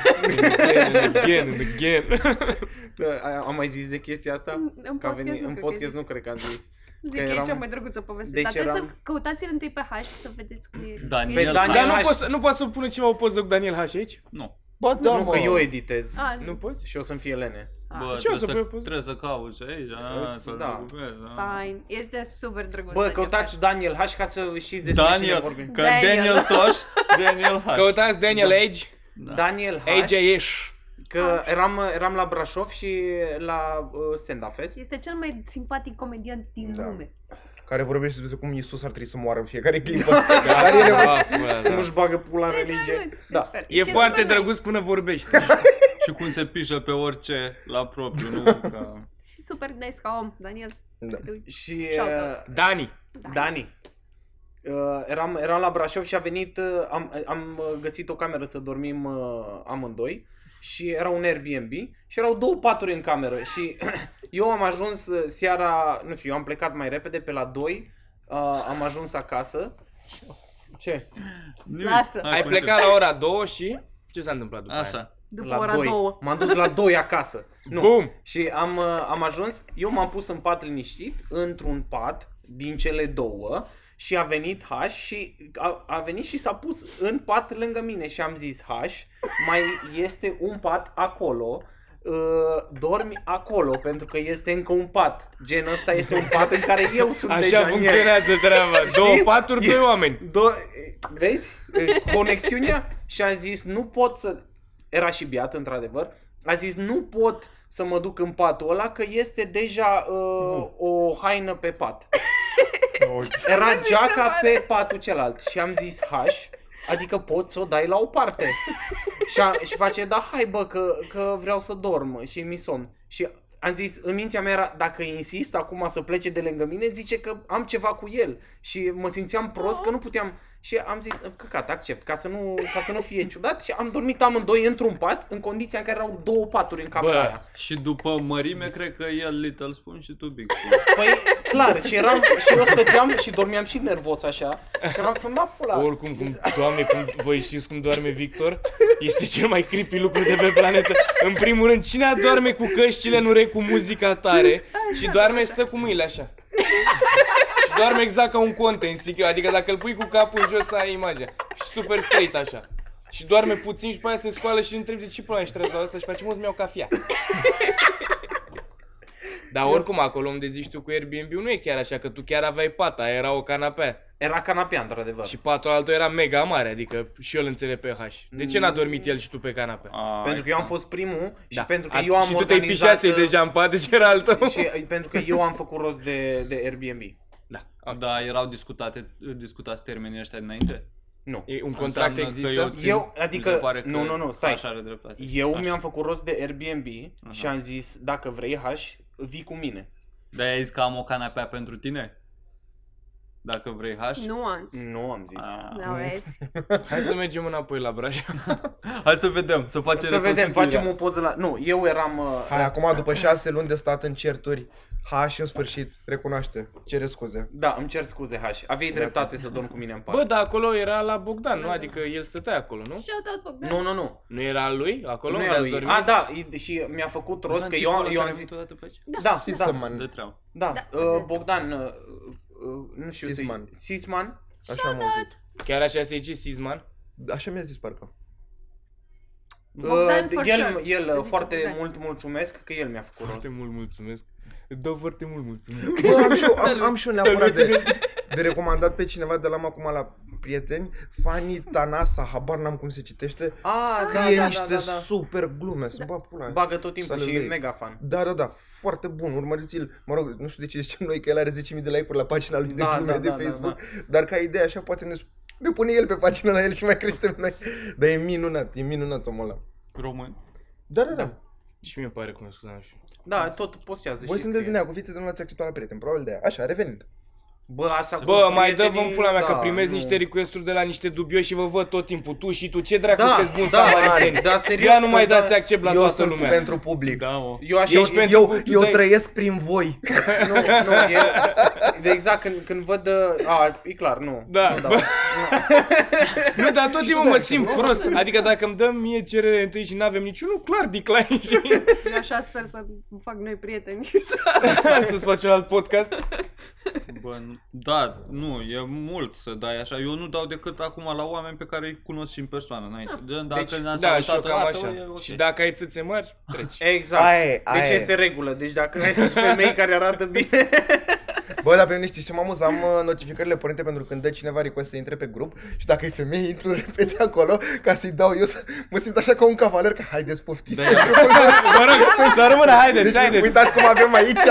A: Again, again, again.
E: Da, a- Am mai zis de chestia asta?
F: În- În
E: Da. Că a venit
F: podcast
E: în
F: nu cred că
E: podcast,
F: ai
E: nu cred că am zis.
F: zis. Zic
E: că
F: că e
E: eram-
F: cea mai drăguță poveste.
E: Deci
F: Dar trebuie
E: eram-
F: să căutați-l întâi pe haș să vedeți cu el.
D: Daniel
F: cu el.
E: Pe
A: Dar
E: Daniel
A: nu
E: Haș.
A: poți, să- nu poți să pune cineva o poză cu Daniel Haș aici?
D: Nu.
C: Bă, da,
E: nu, că eu editez.
F: A,
A: Nu poți?
E: Și o să-mi fie lene.
F: A,
D: Bă,
A: ce o să
D: trebuie,
A: pui
D: să,
A: pe-
D: trebuie să cauți aici, a,
E: Da.
D: să recuperezi, a.
F: Ah, Fine. Este super drăguț.
E: Bă,
F: Daniel
E: căutați Daniel H ca să știți despre cine
D: Daniel,
E: vorbim.
D: că
F: Daniel.
D: Daniel Tosh, Daniel H.
A: Căutați Daniel Age,
D: Da.
E: Daniel H,
A: AJ Ash.
F: Ah.
E: că eram, eram la Brașov și la uh, stand-up fest.
F: Este cel mai simpatic comedian din
C: Da.
F: lume.
C: Care vorbește despre cum Isus ar trebui să moară în fiecare clipă.
A: Da,
C: Care e nevoie.
A: da, bă, da.
E: Nu-și bagă pula
F: Păi,
E: în religie.
F: Drăguț,
E: Da.
F: super.
A: E
F: Și
A: foarte
F: super
A: drăguț până vorbești.
D: Și cum se pișă pe orice la propriu, nu? Că...
F: nice. Și super nice ca om, Daniel.
C: Da.
F: te uiți.
E: Și
F: Shout-out.
E: uh,
A: Dani.
F: Da.
E: Dani. Uh, eram, eram la Brașov și a venit, uh, am, am uh, găsit o cameră să dormim uh, amândoi și era un Airbnb și erau două paturi în cameră și eu am ajuns uh, seara, nu știu, eu am plecat mai repede pe la 2, uh, am ajuns acasă. Ce?
D: Nimic.
F: Lasă.
D: Hai,
A: Ai
D: continui.
A: plecat la ora 2 și... Ce s-a întâmplat după aia?
D: Așa.
F: După
E: la
F: ora
E: doi.
F: două.
E: M-am dus la 2 acasă. Nu.
A: Bum!
E: Și am, uh, am ajuns, eu m-am pus în pat liniștit, într-un pat din cele două și a venit H și a, a venit și s-a pus în pat lângă mine și am zis H, mai este un pat acolo, uh, dormi acolo pentru că este încă un pat. Gen ăsta este un pat în care eu sunt
A: Așa
E: deja în el.
A: funcționează treaba. Două paturi, doi oameni.
E: Do- vezi? Conexiunea? Și a zis, nu pot să... Era și beat, într-adevăr. A zis, nu pot să mă duc în patul ăla, că este deja uh, o haină pe pat.
C: Da.
E: Era
F: Asta mi se
E: geaca
F: pare.
E: pe patul celălalt. Și am zis, haș, adică pot să o dai la o parte. Și, a, și face, da, hai bă, că, că vreau să dorm și mi somn. Și am zis, în mintea mea era, dacă insist acum să plece de lângă mine, zice că am ceva cu el. Și mă simțeam prost că nu puteam. Și am zis, căcat, accept, ca să nu, ca să nu fie ciudat. Și am dormit amândoi într-un pat, în condiția în care erau două paturi în
A: Bă.
E: camera aia.
D: Și după mărime, cred că el Little Spoon și tu Big Spoon.
E: Păi, clar, și eram, și eu stăteam și dormeam și nervos așa. Și eram să-mi da pula.
A: Oricum, cum, doamne, cum, voi știți cum doarme Victor? Este cel mai creepy lucru de pe planetă. În primul rând, cine adorme cu căștile în urechi cu muzica tare și doarme stă cu mâinile așa. Și doarme exact ca un content sigur, adică dacă îl pui cu capul în jos să ai imaginea. Și super straight așa. Și doarme puțin și pe aia se scoală și întreb de ce până ești trează la asta și face mult mi-au cafea. Dar oricum acolo unde zici tu cu Airbnb nu e chiar așa că tu chiar aveai pata, aia era o canapea.
E: Era canapea, într-adevăr.
A: Și patul altul era mega mare, adică și eu îl înțeleg pe H. De ce n-a dormit el și tu pe canapea?
D: Ai,
E: Pentru că eu am fost primul Mm. și
A: Da.
E: pentru că
A: At-
E: eu am
A: și tu te-ai
E: organizat... uh,
A: pișase deja în pat, deci era al tău.
E: Și eh, pentru că eu am făcut rost de, de Airbnb.
A: Da. ok.
D: Da, erau discutate, discutați termenii ăștia dinainte?
E: Nu.
A: E, un contract
D: Înseamnă
A: există?
D: Că eu, țin-
E: Eu, adică-
D: mi se pare că
E: nu, nu, nu, stai.
D: Așa are dreptate.
E: Eu
D: Așa.
E: mi-am făcut rost de Airbnb uh-huh. și
D: Aha.
E: am zis, dacă vrei haș, vii cu mine.
D: Dar ai zis că am o canapea pentru tine? Dacă vrei haș?
F: Nuance.
E: Da. Nu am zis.
D: Ah.
F: Da, vezi?
A: Hai să mergem înapoi la Brașov.
D: Hai să vedem, să facem
E: Să vedem,
D: reconstituirea.
E: facem o poză la... Nu, eu eram... Uh,
C: Hai, acum, după șase luni de stat în certuri, ha, și în sfârșit, recunoaște, cere scuze.
E: Da, îmi cer scuze, H. Aveai dreptate să dorm cu mine în pat.
A: Bă, dar acolo era la Bogdan,
E: Da.
A: nu? Adică el stătea acolo, nu?
F: Și eu tot Bogdan.
E: Nu, nu, nu.
A: Nu era al lui? Acolo
E: nu
A: unde
E: era
A: ați
E: lui.
A: dormit?
E: A, da, e- și mi-a făcut rost că eu, am- eu am zis... Da, da,
C: Sisman.
D: De treabă.
E: da.
F: Da.
E: Uh, Bogdan, uh, uh, nu știu
C: Sisman.
E: să-i... Sisman.
C: Așa am auzit.
A: Chiar așa se zice Sisman?
C: Așa mi-a zis parcă.
F: Bogdan,
E: Uh, el,
F: for sure.
E: el
F: Să
E: uh,
F: zică
E: foarte
F: Bogdan.
E: mult mulțumesc că el mi-a făcut rost.
A: Foarte mult mulțumesc. Îți dau foarte mult mulțumesc.
C: Bă, am și eu, am, am și eu neapărat de, de recomandat pe cineva de la am acum la prieteni, Fanny Tanasa, habar n-am cum se citește,
E: Ah,
F: da,
C: scrie niște super glume,
E: Da.
C: să bag pula mea.
E: Bagă tot timpul și e
C: Salut,
E: mega fan.
C: Da, da, da, foarte bun, urmăriți-l. Mă rog, nu știu de ce zicem noi că el are 10.000 de like-uri la pagina lui de
E: Da,
C: glume
E: da,
C: de
E: da, da,
C: Facebook, dar ca idee așa poate ne, ne pune el pe pagina la el și mai creștem noi. Dar e minunat, e minunat omul ăla.
D: Român.
C: Da, da, da.
A: Și mie îmi pare cunoscut, dar nu știu.
E: Da, tot postează
C: Voi
E: și
C: sunteți din
E: scrie.
C: ea cu fițe de nu l-ați acceptat la prieten, probabil de aia. Așa, revenind.
E: Bă, asta cu
A: Bă, mai dă
E: prietenii,
A: vă pula mea că
E: da,
A: primez
E: nu.
A: niște request-uri de la niște dubioși și vă văd tot timpul. Tu și tu, ce dracu
E: Da,
A: sunteți bun
E: da,
A: samariteni.
E: da, serios,
A: Eu nu
E: că
A: mai
E: da.
A: dați accept la
C: eu
A: toată
C: sunt
A: lumea.
C: pentru public.
D: Da, mă.
E: Eu așa
A: Ești
E: eu-
A: pentru-
C: Eu,
A: tu
C: eu
A: dai-
C: trăiesc prin voi.
E: Nu, nu, e, de exact când, când văd, uh, a, e clar, nu.
A: Da.
E: nu, dau.
A: Bă. Nu, dar tot timpul mă simt prost. Adică dacă îmi dăm mie cerere întâi și n-avem niciunul, clar decline și
F: Eu așa sper să fac noi prieteni și
E: Da,
F: să...
A: să-ți faci un alt podcast.
D: Bă, nu- da, nu, e mult să dai așa. Eu nu dau decât acum la oameni pe care îi cunosc și în persoană înainte. De- Dacă
E: Deci,
D: ne-am
A: Da,
D: salutat
A: și eu
D: o
A: cam
D: dată,
A: așa.
D: e ok.
E: da,
A: Și dacă ai țâțe mari, treci.
E: Exact.
C: Aia e, aia
E: deci
C: e.
E: este regulă. Deci dacă ai femei care arată bine,
C: Bă, dar pe mine știi ce m-am amuzat? Am uh, notificările pornite pentru când dă cineva request să intre pe grup și dacă e femeie, intru repede acolo ca să-i dau eu să... Mă simt așa ca un cavaler, că haideți poftiți.
D: Da,
A: Vă rog, să rămână, haideți,
C: Deci,
A: haideți.
C: uitați cum avem aici,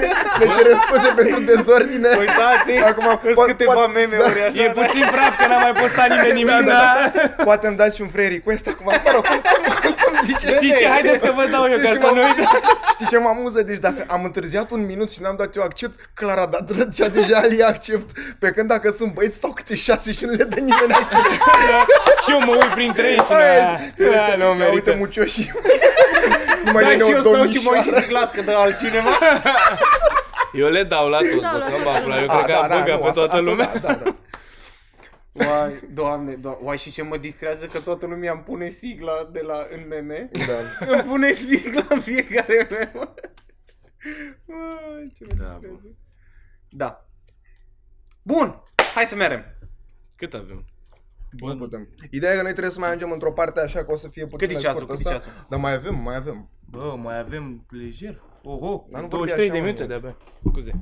C: ne, ne cere scuze pentru dezordine.
E: uitați,
C: Acum,
E: sunt
C: po-
E: câteva
C: po-
E: meme-uri
C: da.
E: așa.
A: E puțin praf că n-a mai postat nimeni nimic, da? dar...
C: Poate îmi dați și un free request acum, mă rog, cum, cum, cum ziceți?
A: Știi ce? Haideți că vă dau eu ca
C: Deci
A: să
C: m-am-
A: nu uit.
C: Știi ce mă amuză? Deci dacă am întârziat un minut și n-am dat eu accept, da, clar a dat drăgea deja Ali accept. Pe când dacă sunt băieți, stau câte șase și nu le dă nimeni accept.
A: Și eu mă uit printre ei și...
C: Aia,
A: na, na, da. Nu
C: Ia uite
A: merită.
C: mucioșii. Nu mai vine
E: Da,
C: o
E: și eu stau și mă uit
C: domnișoară.
E: și zic, las că dă altcineva.
A: Eu le dau la toți, bă, să-mi bag pula. Eu cred
C: A,
A: că
C: da,
A: am
C: da,
A: băgat
C: nu,
A: pe
C: asta-
A: toată
C: asta
A: lumea.
C: Da, da, da.
E: Uai, doamne, doamne, uai, și ce mă distrează că toată lumea îmi pune sigla de la, în meme.
C: Da.
E: Îmi pune sigla în fiecare meme. Uai, ce mă
A: Da,
E: da, bun. da. Bun, hai să mergem.
A: Cât avem?
D: Bă,
C: Nu putem. Ideea e că noi trebuie să mai ajungem într-o parte așa că o să fie puțin
E: Cât e
C: mai
E: ceasul?
C: scurt
E: Cât e
C: asta.
E: ceasul?
C: Dar mai avem, mai avem.
A: Bă, mai avem lejer. Oho,
C: Dar nu vorbi
A: 23
C: așa,
A: de
C: mă,
A: minute
C: mă.
A: de-abia. Scuze.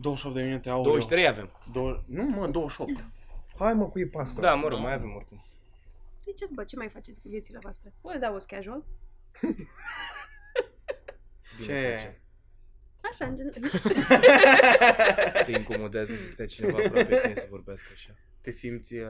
E: 28 de minute, aureo.
A: 23 avem.
E: Dou- nu, mă, 28.
C: Hai mă, cui pasă?
A: Da, mă rog, mai avem oricum.
F: Ziceți, Deci, bă, ce mai faceți cu viețile voastre? da Vă dau o casual?
A: Bine
E: Ce?
A: facem.
F: Așa, în general.
A: Te incomodează să stea cineva aproape tine să vorbească așa.
E: Te simți... Uh...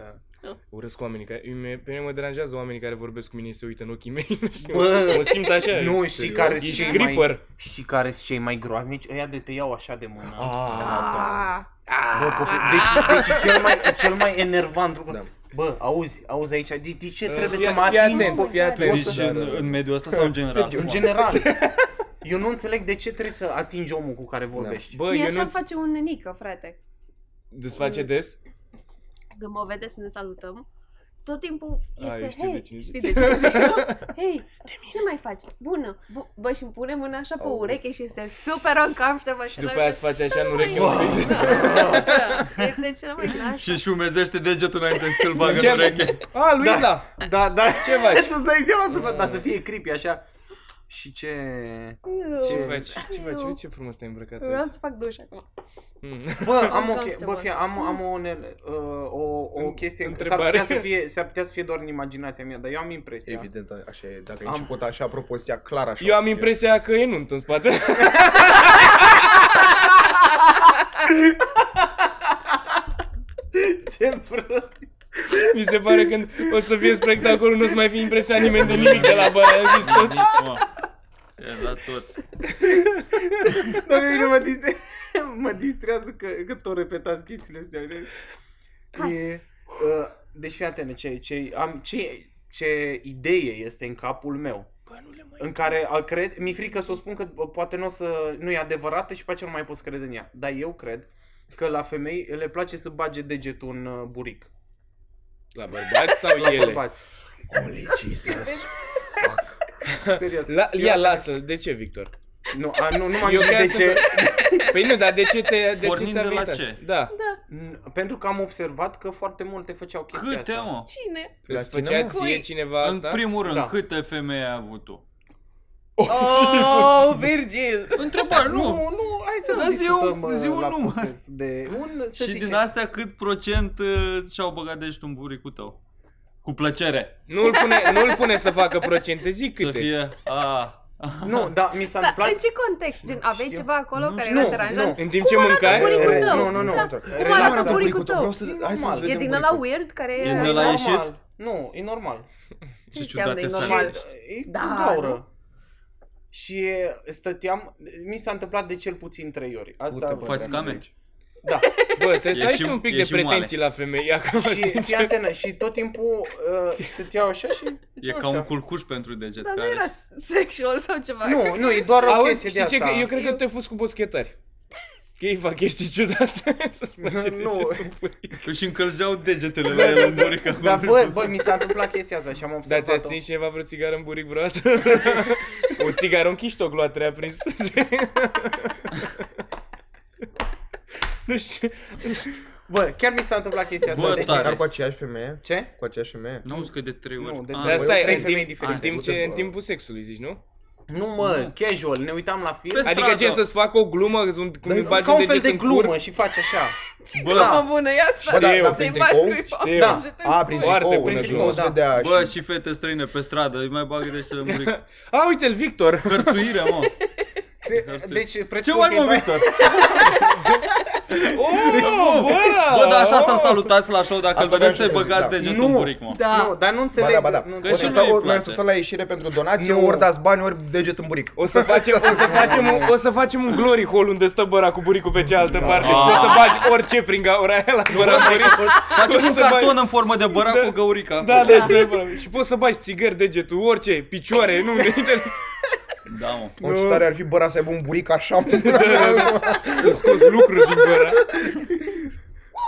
A: Urăsc oamenii care... mie- Pe mine mă deranjează oamenii care vorbesc cu mine și se uită în ochii mei. Nu știu,
E: Bă,
A: mă simt așa.
E: Nu, știi
C: serios?
E: care sunt
A: Ești
E: cei mai...
A: gripper.
E: Știi care sunt cei mai groaznici? Ăia de te iau așa de mână.
B: Da.
C: Ah,
F: Ah,
E: Bă, poftă- deci, deci cel mai, cel mai enervant lucru.
C: Da.
E: Bă, auzi, auzi aici, de, de ce
A: Uh,
E: trebuie
A: fii-
E: să mă
A: fii
E: atingi?
A: atent,
E: bă?
A: fii atent.
E: Eu
D: Deci
E: să-
C: Da,
D: în,
C: da, da.
D: în mediul ăsta sau în general?
E: În general, eu nu înțeleg de ce trebuie să atingi omul cu care vorbești.
A: Bă,
F: mi
A: eu
F: așa
A: nu
F: face un nenică, frate.
A: desface des?
F: Când mă vede să ne salutăm,
B: tot timpul
A: Ah, eu
B: este,
A: știu de
B: hei,
A: cine
B: știi
A: zici."
B: de cine zic? Hei, ce mai faci? Bună! Bu- Bă, și îmi pune mâna așa pe
C: Au.
B: ureche și este super uncomfortable.
A: Și după aia se face așa în
E: Da,
A: ureche
B: Wow.
A: un pic.
B: Da, Este cel mai naș.
D: Și își umezește degetul înainte să ți-l bagă
A: Ce-
D: în ureche.
A: A, Ah, Luiza!
E: Da, da.
A: Ce faci?
E: Tu-ți dai seama să vă, dar să fie creepy așa. Și ce...
A: Ce
E: Eu-
A: faci? Ce faci?
B: eu-
A: Uite ce frumos te-ai îmbrăcat
B: Vreau
A: azi.
B: să fac duș acum.
A: Mm.
E: Bă, am o, che-
B: Uncomfortable.
E: bă, fie, am, am o, nele, uh, o, o
A: În-
E: chestie, s-ar
A: întrebare.
E: putea, să fie, s-ar putea să fie doar în imaginația mea, dar eu am impresia.
C: Evident, a- așa e. Dacă
E: Am-
C: ai început așa, apropo, stea clar așa.
A: Eu
C: o
A: am
C: să fie.
A: impresia că e nunt în spate.
E: Ce prost!
A: Mi se pare când o să fie spectacolul, nu o să mai fi impresionat nimeni de nimic de la bără. Am zis tot.
D: E la tot.
E: Dar pe mine mă, distre... mă distrează că, că tot repetați chestiile astea.
B: Hai.
E: E, uh, deci fii atent ce, ce, am, ce, ce idee este în capul meu. În care a cred, mi frică să o spun că bă, poate nu, o să, nu e adevărată și pe aceea nu mai pot să cred în ea. Dar eu cred că la femei le place să bage degetul în uh, buric.
A: La bărbați sau
E: La
A: ele?
E: bărbați.
C: Holy Jesus, fuck.
E: Serios.
A: La, ia,
E: Eu-
A: lasă. De ce, Victor?
E: Nu, a, nu, nu m-am
A: Eu
E: gândit
A: chiar
E: de
A: să
E: ce.
A: Păi nu, dar de ce ți-a de ce
D: Pornind
A: ți-a
D: de la
A: venit
D: ce?
A: asta? Da.
E: N- Pentru că am observat că foarte multe făceau chestia
D: Câte,
E: asta.
D: mă?
B: Cine?
C: La
A: Îți
C: tine,
A: făcea
C: mă?
A: ție cineva
D: Păi, În
A: asta?
D: primul rând,
E: Da.
D: câte femei ai avut tu?
E: Oh, Virgil!
D: Întrebare, nu.
E: Nu, nu, hai să
D: Da,
E: nu
D: zi
E: discutăm
D: un-
E: uh,
D: zi un
E: la
D: număr.
E: podcast de un, să
D: Și
E: zicem,
D: din astea cât procent uh, și-au băgat degetul în buricul tău? Cu plăcere.
A: Nu-l pune, nu-l pune să facă procente, zic
D: Să
A: câte.
D: fie... A,
E: Nu, da, mi s-a
B: Da, în
E: întâmplat...
B: ce context? Gen, aveai
D: știu.
B: ceva acolo
D: Nu
B: care
D: știu.
B: era
E: Nu,
B: deranjant?
A: În timp ce
B: Cum arată
A: mâncai?
B: buricul
E: Re-
B: tău?
E: nu, nu, nu.
B: Da,
E: Cum
B: Cum arată
E: Lasă
B: buricul,
E: buricul
B: tău?
C: Vreau să, hai să
E: normal.
B: E
C: vedem
B: din ăla
C: buricul.
B: weird care
D: E din
B: e...
D: ăla-
B: așa?
D: la
E: normal.
D: ieșit?
E: Nu, e normal.
D: ce
B: Ce
D: ciudate
B: înseamnă
D: sunt.
B: normal?
D: alea.
E: E
B: Da,
E: da, gaură.
B: nu?
E: Și e, stăteam, mi s-a întâmplat de cel puțin trei ori. Asta,
C: Purtă
D: Faci
C: pătrat,
D: camere?
C: zici.
E: da.
A: Bă, trebuie să
D: E
A: ai
D: și-
A: tu un pic
D: e
A: de
D: și moale.
A: pretenții la femei acum.
E: și fii
A: sincer.
E: antenă, și tot timpul uh, stăteau așa și...
D: e ca un culcuș pentru deget.
B: Dar nu
D: care-
B: era sexual sau ceva.
E: Nu, nu, e doar o
A: Auzi,
E: chestie de
A: știi ce?
E: asta.
A: că Eu cred că
B: Eu-
A: te fost cu boschetari. Că ei fac chestii ciudate să-ți place
E: Nu.
A: degetul în puric.
D: Își încălzeau degetele la el în buric. acolo.
E: Dar bă, bă, mi s-a întâmplat chestia asta și am
A: Dar ți-a
E: observat-o.
A: stins cineva vreo țigară în buric vreodată? o țigară, un chiștoc luat, te-a prins.
E: Ah,
A: nu știu.
E: Bă, chiar mi s-a întâmplat chestia asta.
D: Bă,
E: deci-
D: tare.
C: Dar cu aceeași femeie?
E: Ce?
C: Cu aceeași femeie?
D: Nu auzi că de trei ori.
E: Nu, de
D: Ah,
A: Dar
E: trei bă,
A: asta
E: eu trei
A: e în,
E: femei
A: timp, în,
E: diferite.
A: timp ce,
C: Uite,
A: în
C: bă.
A: timpul sexului, zici, nu?
E: Nu mă, casual, ne uitam la film.
D: Pe
E: Adică
A: Adică ce,
D: stradă.
A: să-ți fac o glumă când cum îmi faci
E: ca un fel
A: deget
E: de
A: în cur?
E: glumă și faci așa.
B: Ce
D: Bă.
B: glumă bună e asta?
C: Bă, da,
A: Știu,
C: da,
B: Se-i
C: prin
B: bag
C: tricou?
B: lui Paul.
A: știu.
E: Da.
B: Ce te-
C: A, prin
A: Foarte,
C: tricou,
A: prin
C: ne
A: tricou,
C: glumă, se
E: da.
C: vedea
D: Bă,
C: și...
D: și fete străine pe stradă, îi mai bagă degetele în buric.
A: A, uite-l, Victor!
D: Hărțuirea, mă.
E: Se- Deci,
D: Ce
E: presupun
D: mai
E: că e
D: mă,
E: doar-
D: Victor?
E: Deci,
A: Oh, bă!
D: Deci, Bă,
E: da,
D: dar așa să-l salutați la show dacă îl
C: Asta
D: vedeți
C: vreau
D: să-i
C: și eu să
D: băgați
C: zic, da.
D: degetul în buric, mă.
F: Ah.
B: Da.
E: Nu, dar nu
C: Ba
E: înțeleg.
C: da, ba da.
E: nu
C: O
E: înțeleg.
C: să
D: nu-i
C: stau, noi
D: place.
C: să stăm la ieșire pentru donație,
E: Nu.
C: ori dați bani, ori deget în buric.
A: O să facem, o să facem, un, o să facem un glory hole unde stă băra cu buricul pe cealaltă
E: Da.
A: parte și poți să bagi orice prin gaura aia la băra în buric.
D: Facem
A: Poți
D: un
A: să bagi-
D: carton în formă de bărac
A: Da.
D: cu găurica.
A: Da, da, știu, bă. Și poți să bagi țigări, degetul, orice, picioare, nu ne interesează.
D: Da, mă.
C: O, ce tare ar fi băra să aibă un buric așa, mă, până la
A: Să scoți lucruri din băra.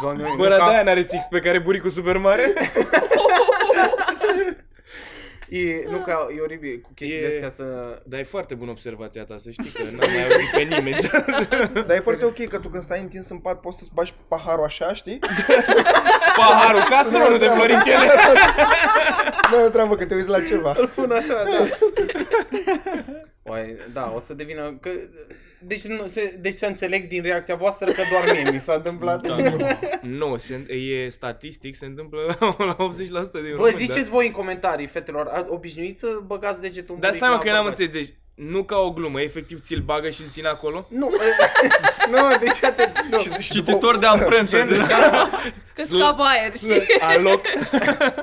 E: Doamne, nu
A: Băra
E: ca-
A: de aia n-are six pe care buricul super mare.
E: E, nu ca e oribil cu chestiile
A: E-
E: astea să...
A: Dar Da, e foarte bună observația ta, să știi că n-am mai auzit pe nimeni.
C: Dar e foarte ok că tu când stai întins în pat poți să-ți bagi paharul așa, știi?
A: Paharul, castronul de Floricele.
C: Nu e o treabă că te uiți la ceva.
E: Pun așa, da. Oai, da, o să devină... Că, deci, nu, se, deci să înțeleg din reacția voastră că doar mie mi s-a întâmplat.
D: Da.
A: Nu, se, e statistic, se întâmplă la, la 80% din
E: Bă,
A: români.
E: ziceți voi în comentarii, fetelor, a- obișnuiți să băgați degetul în
A: Dar
E: buric
A: stai mă
E: la
A: că eu n-am
E: bărbați?
A: înțeles, deci nu ca o glumă, efectiv ți-l bagă și îl ține acolo?
E: Nu, e- nu, deci atât, nu.
D: Cititor de amprente. Da. de la-
B: Că scapă aer, știi?
A: Aloc.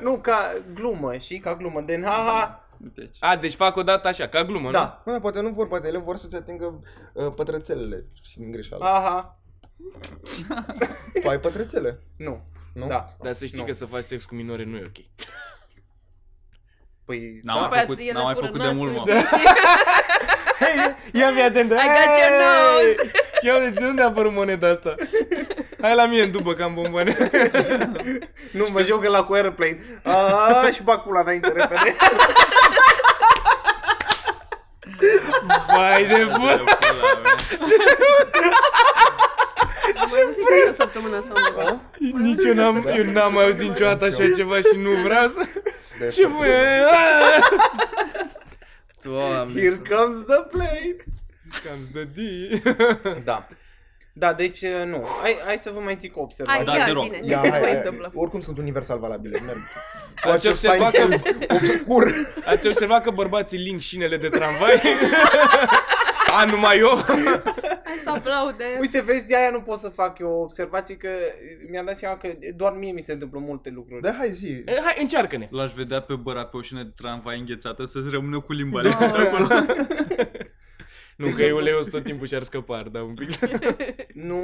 E: Nu, ca glumă, și ca glumă, de ha, ha,
D: Deci,
A: A, deci fac o dată așa, ca glumă, nu?
E: da,
C: Bă, dar poate nu vor, poate ele vor să-ți atingă uh, pătrățelele și din greșeală.
F: Ah.
E: ha, ha,
C: Tu ai pătrățele,
E: nu,
C: nu?
E: da.
A: Dar să știi
E: Nu.
A: că să faci sex cu minore nu e ok.
E: Păi,
D: N-am
B: După
D: mai
B: aia
D: făcut,
B: ele
D: n-am mai
B: fură
D: făcut de
B: nasul,
D: mult,
B: știi?
D: mă.
A: Ia mi atent.
B: I got your nose!
A: Ia uite, de unde a apărut moneda asta? Hai la mine în dubă că am bomboane.
E: Nu, mă joc la cu Airplane. A, și bag pula înainte repede.
A: Vai de bun.
F: Am mai auzit de eu săptămâna asta
C: Ah,
F: undeva.
A: Nici eu n-am, eu n-am mai auzit niciodată așa ceva și nu vreau să... Ce mă e?
D: Doamne,
E: Here comes the plane.
A: Cam zdădi.
E: Da. Da, deci nu. Hai, hai să vă mai zic o observație.
F: Hai,
D: Da,
F: ia
D: te rog.
F: zine, ce
C: Ia,
F: se
C: hai,
F: mai
C: hai,
F: întâmplă?
C: oricum sunt universal valabile, merg. Cu
A: Ați
C: acest
A: observat
C: Seinfeld obscur.
A: Ați observat că bărbații link șinele de tramvai? A, numai eu?
F: Hai să aplaude.
E: Uite, vezi, de aia nu pot să fac eu observații că mi-am dat seama că doar mie mi se întâmplă multe lucruri.
C: Da, hai zi.
A: E, Hai, încearcă-ne.
D: L-aș vedea pe băra pe o șină de tramvai înghețată să-ți rămână cu limba da. acolo.
A: Nu, că eu leu tot timpul și-ar scăpa, ar da un pic.
E: Nu,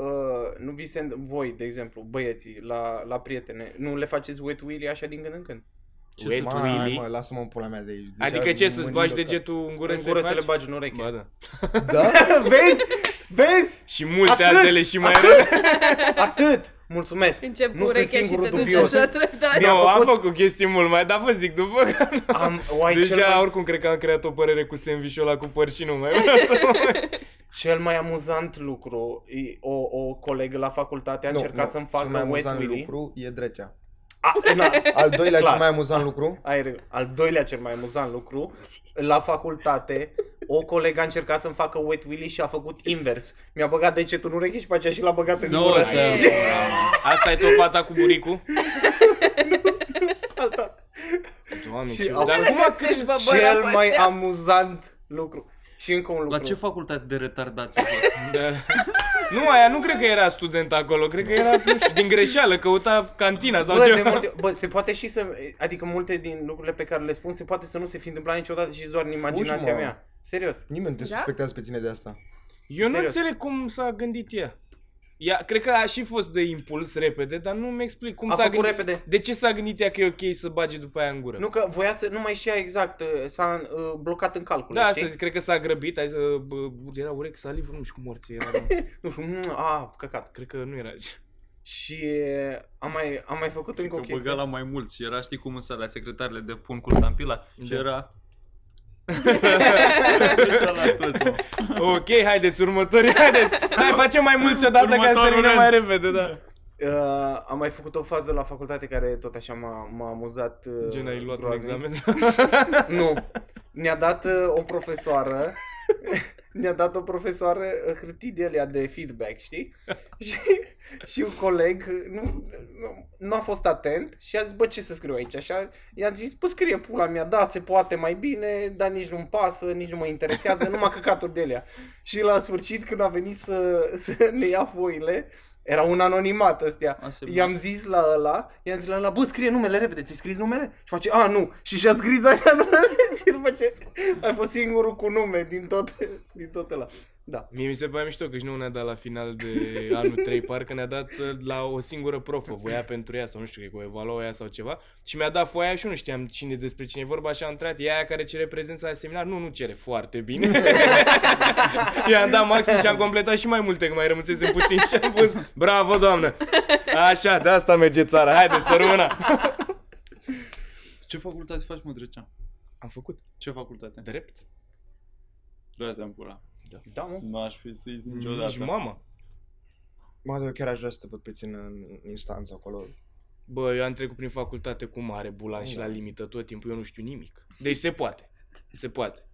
E: uh, nu vi se întâmplă- voi, de exemplu, băieții, la, la prietene, nu le faceți wet willy așa din când în când?
D: Ce
A: Wait,
D: să-
A: tu
C: Mai,
A: really?
C: mă, lasă-mă în pula mea de aici. Deja
A: Adică ce, să-ți
C: mângâi
A: bagi
C: de
A: degetul în gură,
E: În gură să le
A: faci?
E: bagi în ureche.
A: Ba, da.
C: cap. Da?
E: Vezi? Vezi?
A: Și multe
E: Atât!
A: altele și mai rău.
E: Atât! Mulțumesc!
F: Încep cu
E: nu sunt
F: urechea și
E: singurul
F: te duci
E: dubios.
F: așa treptat.
A: Nu,
E: Mi-a
A: am
E: făcut-
A: Da, făcut chestii mult mai, dar vă zic după.
E: Am, oai, cel,
A: Deja
E: mai,
A: oricum cred că am creat o părere cu sandwich-ul ăla cu păr și nu mai vreau să mă-
E: cel mai amuzant lucru, e- o, o colegă la facultate a
C: Nu,
E: încercat
C: nu.
E: să-mi
C: Cel mai
E: facă wet
C: amuzant
E: willy.
C: lucru e drecea.
E: A, na,
C: Al doilea
E: Clar.
C: cel mai amuzant lucru?
E: Ai reg- Al doilea cel mai amuzant lucru, la facultate, o colegă a încercat să-mi facă wet willy și a făcut invers. Mi-a băgat degetul în ureche și pe aceea și l-a băgat în
D: Nu,
E: gură.
D: te-
A: Asta e tot fata cu buricul?
E: Alta.
A: Doamne,
E: Și
A: ce...
E: a
A: Dar
E: fost-
A: cum a
F: să-și bă
E: Cel
F: bără
E: mai
F: păstea.
E: amuzant lucru. Și încă un lucru.
D: La ce facultate de retardați a fost?
A: Da. Nu, aia nu cred că era student acolo, cred că era, nu știu, din greșeală, căuta cantina sau
E: Bă, de
A: ceva.
E: multe, bă, se poate și să, adică multe din lucrurile pe care le spun se poate să nu se fi întâmplat niciodată și doar în imaginația
C: mă.
E: mea. Serios.
C: Nimeni nu te
F: Da?
C: suspectează pe tine de asta.
A: Eu nu
E: Serios.
A: înțeleg cum s-a gândit ea. Ea, cred că a și fost de impuls repede, dar nu mi explic cum
E: A
A: s-a
E: făcut
A: gândit.
E: repede.
A: De ce s-a gândit ea că e ok să bage după aia în gură?
E: Nu că voia să, nu mai știa exact, uh, s-a uh, blocat în calcul.
A: da,
E: știi?
A: asta zic, cred că s-a grăbit, a zis, "Ă, bă, era urec, salivă, nu știu cum morții era, nu.
E: Nu știu, mm, a, căcat.
A: cred că nu era așa.
E: Și uh, am mai, am mai făcut încă o
D: Că
E: chestie.
D: băga la mai mulți și era, știi cum în sala secretarele depun cu tampila? Și
A: Da.
D: era... Făcea la toți, mă.
A: Ok, haideți, următorii, haideți! Hai, facem mai mulți odată ca să
D: Următorul
A: terminăm
D: rând.
A: mai repede, da.
E: Uh, am mai făcut o fază la facultate care tot așa m-a, m-a amuzat uh,
A: Gen, ai luat un
E: groaznic.
A: examen?
E: Nu. Ne-a dat uh, o profesoară ne-a dat o profesoară uh, hârtii de alea de feedback, știi? și, și un coleg uh, nu, nu, nu, a fost atent și a zis, bă, ce să scriu aici? Așa, i-am zis, bă, scrie pula mea, da, se poate mai bine, dar nici nu-mi pasă, nici nu mă interesează, numai căcaturi de alea. Și la sfârșit, când a venit să, să ne ia foile, era un anonimat ăstea.
D: Așa,
E: I-am zis la ăla, i-am zis la ăla, bă, scrie numele repede, ți-ai scris numele? Și face, a, nu. Și și-a scris așa numele și îl face, ai fost singurul cu nume din tot, din tot ăla. Da.
A: Mie mi se pare mișto că și nu ne-a dat la final de anul 3, parcă ne-a dat uh, la o singură profă, voia pentru ea sau nu știu, cred că o evalua ea sau ceva și mi-a dat foaia și eu nu știam cine despre cine e vorba și am intrat, e aia care cere prezența la seminar, nu, nu cere foarte bine. I-am dat maxim și am completat și mai multe, că mai rămăsese puțin și am pus, bravo doamnă, așa, de asta merge țara, haide să rămână.
D: Ce facultate faci, mă, Drecea?
A: Am făcut
D: Ce facultate?
A: drept,
D: Da, te-am pula.
E: Da, mă.
D: Nu aș fi să-i zic
A: nici mama.
C: Mă, dar eu chiar aș vrea să te văd pe tine în instanță acolo.
A: Bă, eu am trecut prin facultate cu mare bulan
D: Da.
A: și la limită tot timpul, eu nu știu nimic. Deci se poate. Se poate.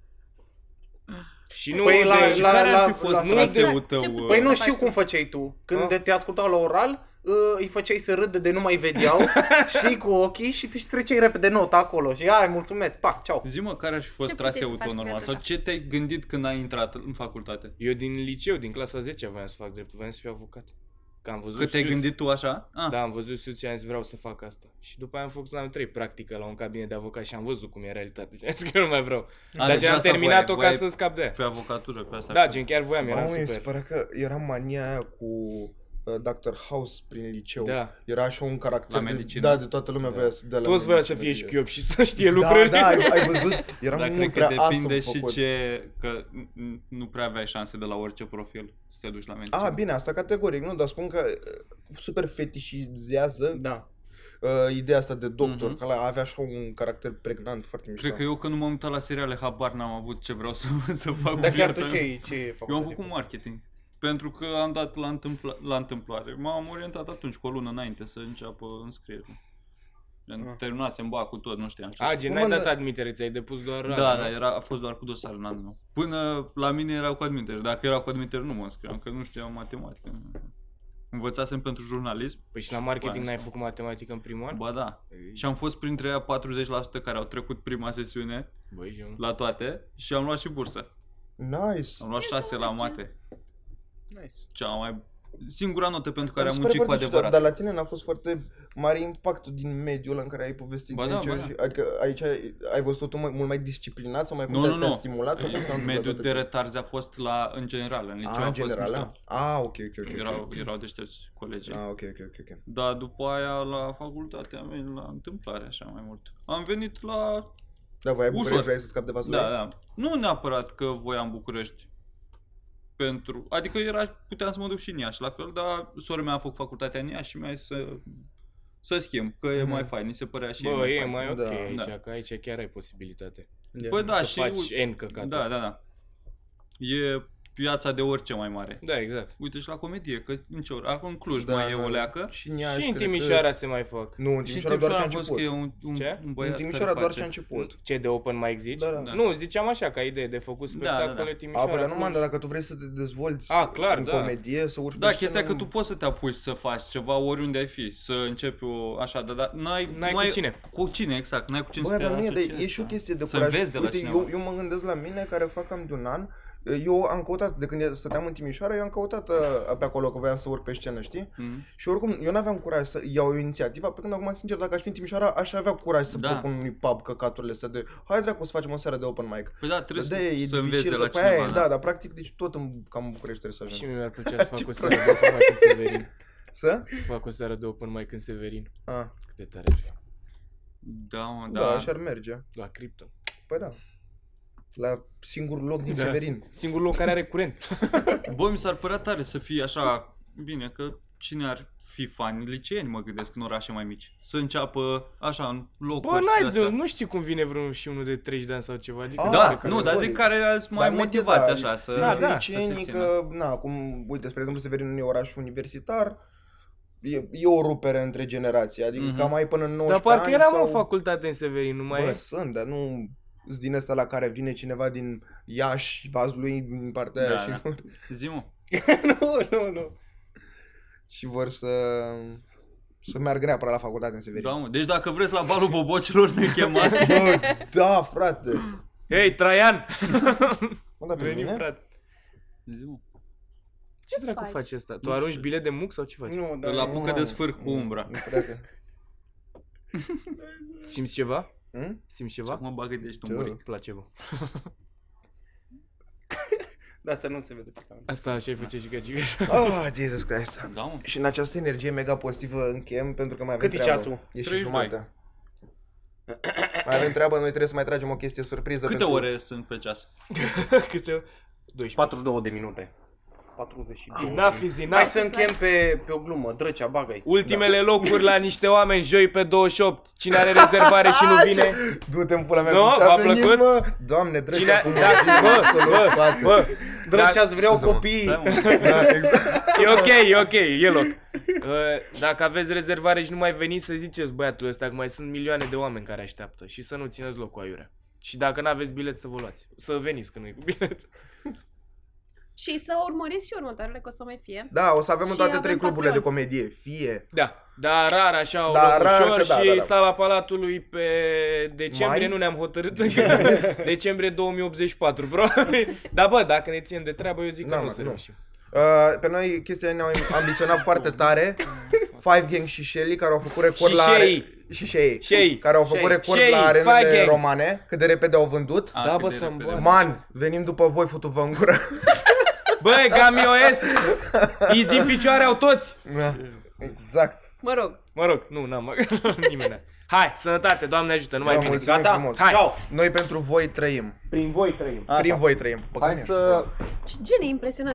A: Și nu
E: Păi la-
A: deci,
E: la-
A: care
E: la-
A: ar fi fost
E: la-
A: nu
D: traseul
A: de...
F: Exact.
D: tău,
F: Ce
D: uh,
F: puteai
E: Păi
F: să
E: nu
F: faci
E: știu
F: tu?
E: cum făceai tu. Când
A: Ah.
E: te ascultau la oral, uh, îi făceai să râdă de nu mai vedeau și cu ochii și îți treceai repede nota acolo și ai, mulțumesc, pac, ceau.
D: Zi mă, care aș fi fost
F: Ce puteai
D: traseul
F: să faci
D: tău
F: cu
D: normal?
F: viața
D: Sau
F: ta?
D: ce te-ai gândit când ai intrat în facultate?
A: Eu din liceu, din clasa 10 voiam să fac drept, voiam să fiu avocat. Că am văzut
D: Că te-ai
A: Suits.
D: gândit tu așa? Ah,
A: Da, am văzut suți și am zis vreau să fac asta. Și după aia am făcut la anul 3 practică la un cabinet de avocat și am văzut cum e realitatea. Și am zis că nu mai vreau.
D: A,
A: Dar
D: deci
A: gen am
D: asta
A: terminat-o
D: voiai-
A: ca să scap de aia.
D: Pe avocatură, pe asta.
A: Da, gen chiar voiam, eram
C: Mamă, mi se
A: super.
C: părea că era mania aia cu uh, Dr. House prin liceu.
A: Da.
C: Era așa un
D: La
C: caracter de,
D: medicină.
C: da, de toată lumea
D: Da.
C: voia să dea la
A: Toți voiau să
C: medicină,
A: fie
C: de-
A: șchiop și să știe
C: Da,
A: lucruri.
C: da, ai, ai văzut? Era
D: Dar
C: mult
D: cred că
C: prea
D: depinde
C: awesome
D: și
C: făcut.
D: ce... Că n- n- nu prea aveai șanse de la orice profil să te duci la medicină.
C: A, bine, asta categoric, nu, dar spun că uh, super fetișizează
E: Da.
C: uh, ideea asta de doctor,
D: Mhm.
C: că ăla avea așa un caracter pregnant foarte mișto.
D: Cred că eu când nu m-am uitat la seriale, habar n-am avut ce vreau să, să fac cu
E: Dar chiar
D: viața
E: tu
D: mea.
E: ce, ce ai făcut?
D: Eu am făcut marketing. Pentru că am dat la, întâmpla- la întâmplare. M-am orientat atunci, cu o lună înainte să înceapă înscrierea. Gen,
E: Ah.
D: terminasem ba cu tot, nu știam ce.
A: A, Ah, gen,
C: Cum
A: n-ai
C: mă-
A: dat admitere, ți-ai depus doar
D: da,
A: rana,
D: da,
A: nu?
D: era, a fost doar cu dosar în anul. meu. Până la mine erau cu admitere. Dacă erau cu admitere, nu mă înscriam, că nu știam matematică. Învățasem pentru jurnalism.
A: Păi și la marketing
D: Bani,
A: n-ai
D: sau-
A: făcut matematică în primul an?
D: Ba da. Și am fost printre aia 40% care au trecut prima sesiune
A: Băi, gen,
D: la toate și am luat și bursă.
C: Nice!
D: Am luat 6 la mate.
E: Nice.
D: Cea mai... Singura notă pentru care
C: Mi
D: am
C: se
D: muncit
C: pare
D: cu
C: foarte ciudat,
D: adevărat.
C: Dar la tine n-a fost foarte mare impactul din mediul ăla în care ai povestit.
D: Ba
C: din
D: da,
C: ce-
D: ba da.
C: Adică aici ai, ai văzut totul mai, mult mai disciplinat sau mai
D: Nu,
C: cum
D: nu,
C: te-a- te-a
D: nu.
C: stimulat? Sau cum s-a întâmplat
D: Mediul
C: toate
D: de
C: astea?
D: retarzi a fost la, în general, în liceu
C: A,
D: a
C: în
D: fost
C: general,
D: mișto.
C: da? A, ok, ok, ok. ok.
D: Erau, erau deștepți colegii.
C: A, ok, ok, ok. ok.
D: Dar după aia la facultate am venit la întâmplare așa mai mult. Am venit la...
C: Da, voi ai
D: Ușor.
C: București, vrei să scapi de vasul
D: Da,
C: lui?
D: da. Nu neapărat că voiam București. Pentru... Adică era, puteam să mă duc și în Iași la fel, dar sora mea a făcut facultatea în Iași și mi-a zis să, să schimb, că e
C: Mhm.
D: mai fain, mi se părea și
A: Bă, e mai
D: fain.
A: ok
C: Da.
A: aici,
D: Da.
A: că aici chiar ai posibilitate.
D: Bă, da,
A: să
D: și...
A: faci
D: uite-
A: N căcaturi.
D: Da, da, da. E piața de orice mai mare.
A: Da, exact.
D: Uite și la comedie, că în ce oră? Acum în Cluj
C: Da,
D: mai e
C: da,
D: o
C: da.
D: leacă.
C: Și în Iași,
A: și în
C: cred că-
A: Timișoara se mai fac.
C: Nu, în
D: Și în
C: Timișoara doar
D: Timișoara
C: ce a
D: am văzut că e
C: început.
D: un, un,
A: Ce?
D: un
C: În
D: băiat
C: Timișoara
D: care
C: doar ce a
D: face.
C: început.
A: Ce de open mic zici?
C: Da, da.
D: Da.
A: Nu, ziceam așa ca idee de făcut
D: Da, da, da.
A: spectacole Timișoara.
C: A, păi, dar nu
A: Cluj.
C: mă dar dacă tu vrei să te dezvolți
A: A, clar,
C: în
A: da.
C: comedie, să urci
D: Ah, Da,
C: pe
D: chestia e
C: scenă,
D: că tu poți să te apuci să faci ceva oriunde ai fi, să începi o, așa, dar da, n-ai,
A: N-ai cu
D: n-ai-
A: cine.
D: Cu cine, exact, n-ai cu cine
C: Bă,
D: să te
C: dar nu e, dar
D: asociezi,
C: e și o
D: da.
C: chestie de
D: Să
C: curaj.
D: înveți de la
C: Uite,
D: cineva.
C: eu, eu mă gândesc la mine, care fac cam de un an, eu am căutat, de când stăteam în Timișoara, eu am căutat uh, pe acolo că voiam să urc pe scenă, știi?
D: Mhm.
C: Și oricum, eu n-aveam curaj să iau inițiativa, pe când acum, sincer, dacă aș fi în Timișoara, aș avea curaj să
D: Da.
C: propun unui pub căcaturile astea de hai dracu să facem o seară de open mic.
D: Păi da, trebuie
C: De-aia
D: să, să înveți de
C: dificil,
D: la
C: după aia
D: cineva,
C: e, da, dar practic, deci tot în, cam în București trebuie să
A: Și
C: ajungem.
A: mie mi-ar plăcea să
C: da. Ce
A: fac o
C: prost.
A: seară de open mic în Severin.
C: Să?
A: Să fac o seară de open mic în Severin.
C: A,
A: Cât de tare ar fi.
D: da, mă,
C: da,
D: da.
C: așa ar merge.
A: La criptă.
C: Păi da. La singurul loc din
A: Da.
C: Severin.
A: Singurul loc care are curent.
D: Bă, mi s-ar părea tare să fie așa, bine, că cine ar fi fani liceeni, mă gândesc, în orașe mai mici. Să înceapă așa, în locuri
A: Bă,
D: de
A: n-ai
D: astea.
A: de, nu știi cum vine vreunul și unul de 30 de ani sau ceva. Adică
C: Ah,
D: Da,
C: pe
D: nu, dar zic
C: categoric.
D: care sunt mai
C: Dar medie,
D: motivați
C: da,
D: așa să...
A: Da,
C: Da,
A: da,
C: da,
D: să se
C: licenii,
D: țină.
C: că, na, cum, uite, spre exemplu, Severin e oraș universitar, e, e o rupere între generații, adică
D: Mhm.
C: mm-hmm. cam ai până în 19
A: Dar parcă
C: ani
A: eram
C: sau...
A: o facultate în Severin, nu mai
C: Bă,
A: e?
C: sunt, dar nu sunt din asta la care vine cineva din Iași, Vazlui, din partea
D: Da,
C: da, aia
D: da.
C: da.
D: Zi-mă.
A: nu, nu, nu.
C: și vor să, să meargă neapărat la facultate în Severin.
D: Da, mă. Deci dacă vreți la balul bobocilor ne chemați.
C: Bă, da, frate!
A: Hei, Traian!
C: Mă, da, pe
A: Veni,
C: mine?
A: frate.
D: Zi, mă.
A: Ce dracu
F: faci?
A: faci asta? Tu
D: Nu
A: arunci
D: știu.
A: bilet de muc sau ce faci?
E: Nu, da,
D: Îl
E: dar...
C: apuc.
D: apucă de sfârc cu umbra.
C: Nu treacă.
A: Simți ceva?
C: Hm?
A: Simți ceva?
D: Acum bagă de ești un
C: Da.
D: buric.
A: Placebo.
E: Da, să nu se vede pe cameră.
A: Asta așa ai făcea și gagică.
C: Oh, Jesus Christ!
D: Da, mă.
C: Și în această energie mega pozitivă încheiem pentru că mai avem
E: Cât e
C: treabă.
E: ceasul?
C: E și
D: 32.
C: jumătate. Mai avem treabă, noi trebuie să mai tragem o chestie surpriză.
D: Câte
C: pentru-
D: ore sunt pe ceas?
A: Câte... 12.
E: 42 de minute.
D: Ah,
E: 42.
A: Enough is enough.
E: Hai să încheiem pe, pe o glumă, drăcea, bagă
A: Ultimele locuri la niște oameni, joi pe 28. Cine are rezervare și nu vine?
C: Du-te în pula mea.
A: Nu?
C: cum ți-a
A: V-a
C: venit,
A: plăcut?
C: Mă?
A: Cine
C: Doamne, drăgea
A: a...
C: cum
A: Da, bă, bă, bă, da.
E: Drăcea, îți Da. vreau
C: scuze-mă.
E: copii!
D: Da, mă.
A: E ok, e ok, e loc. Uh, Dacă aveți rezervare și nu mai veniți, să ziceți băiatul ăsta că mai sunt milioane de oameni care așteaptă și să nu țineți locul aiurea. Și dacă nu aveți bilet, să vă luați. Să veniți când nu e cu bilet.
F: Și să urmăriți și următoarele, că o să mai fie.
C: Da, o să avem în
F: Și
C: toate
F: avem
C: trei cluburile de
F: Patreon.
C: comedie. Fie.
A: Da. Dar rar așa, da,
C: Dar rar că
A: ușor
C: da,
A: și
C: da, da.
A: sala Palatului pe decembrie,
C: Mai?
A: nu ne-am hotărât încă. decembrie 2084, probabil. Dar bă, dacă ne ținem de treabă, eu zic
C: Da,
A: că nu o
C: mă,
A: să
C: nu.
A: reușim.
C: Uh, pe noi chestia ne-au ambiționat foarte tare. Five Gang și Shelly care au făcut record la...
A: Shei.
C: Și Shei.
A: Shei.
C: Care au făcut
A: Shei.
C: record
A: Shei,
C: la
A: Five
C: arenele
A: Gang.
C: romane. Cât de repede au vândut.
D: A,
A: Da,
D: cât
A: bă,
D: de
A: să-mi
D: repede.
A: bag.
C: Man, venim după voi, futu-vă în gură.
A: Bă, Gamios, izi în picioare au toți.
C: Da, exact.
F: Mă rog,
A: Mă rog, nu, n-am nimeni. Hai, sănătate, Doamne ajută, numai
C: Da,
A: bine.
C: mulțumim
E: Gata?
C: frumos.
A: Hai.
E: Ciao.
C: Noi pentru voi trăim.
A: Prin voi trăim.
C: Prin voi trăim.
D: Hai
C: Păcănești.
D: să...
F: ce gen e impresionant.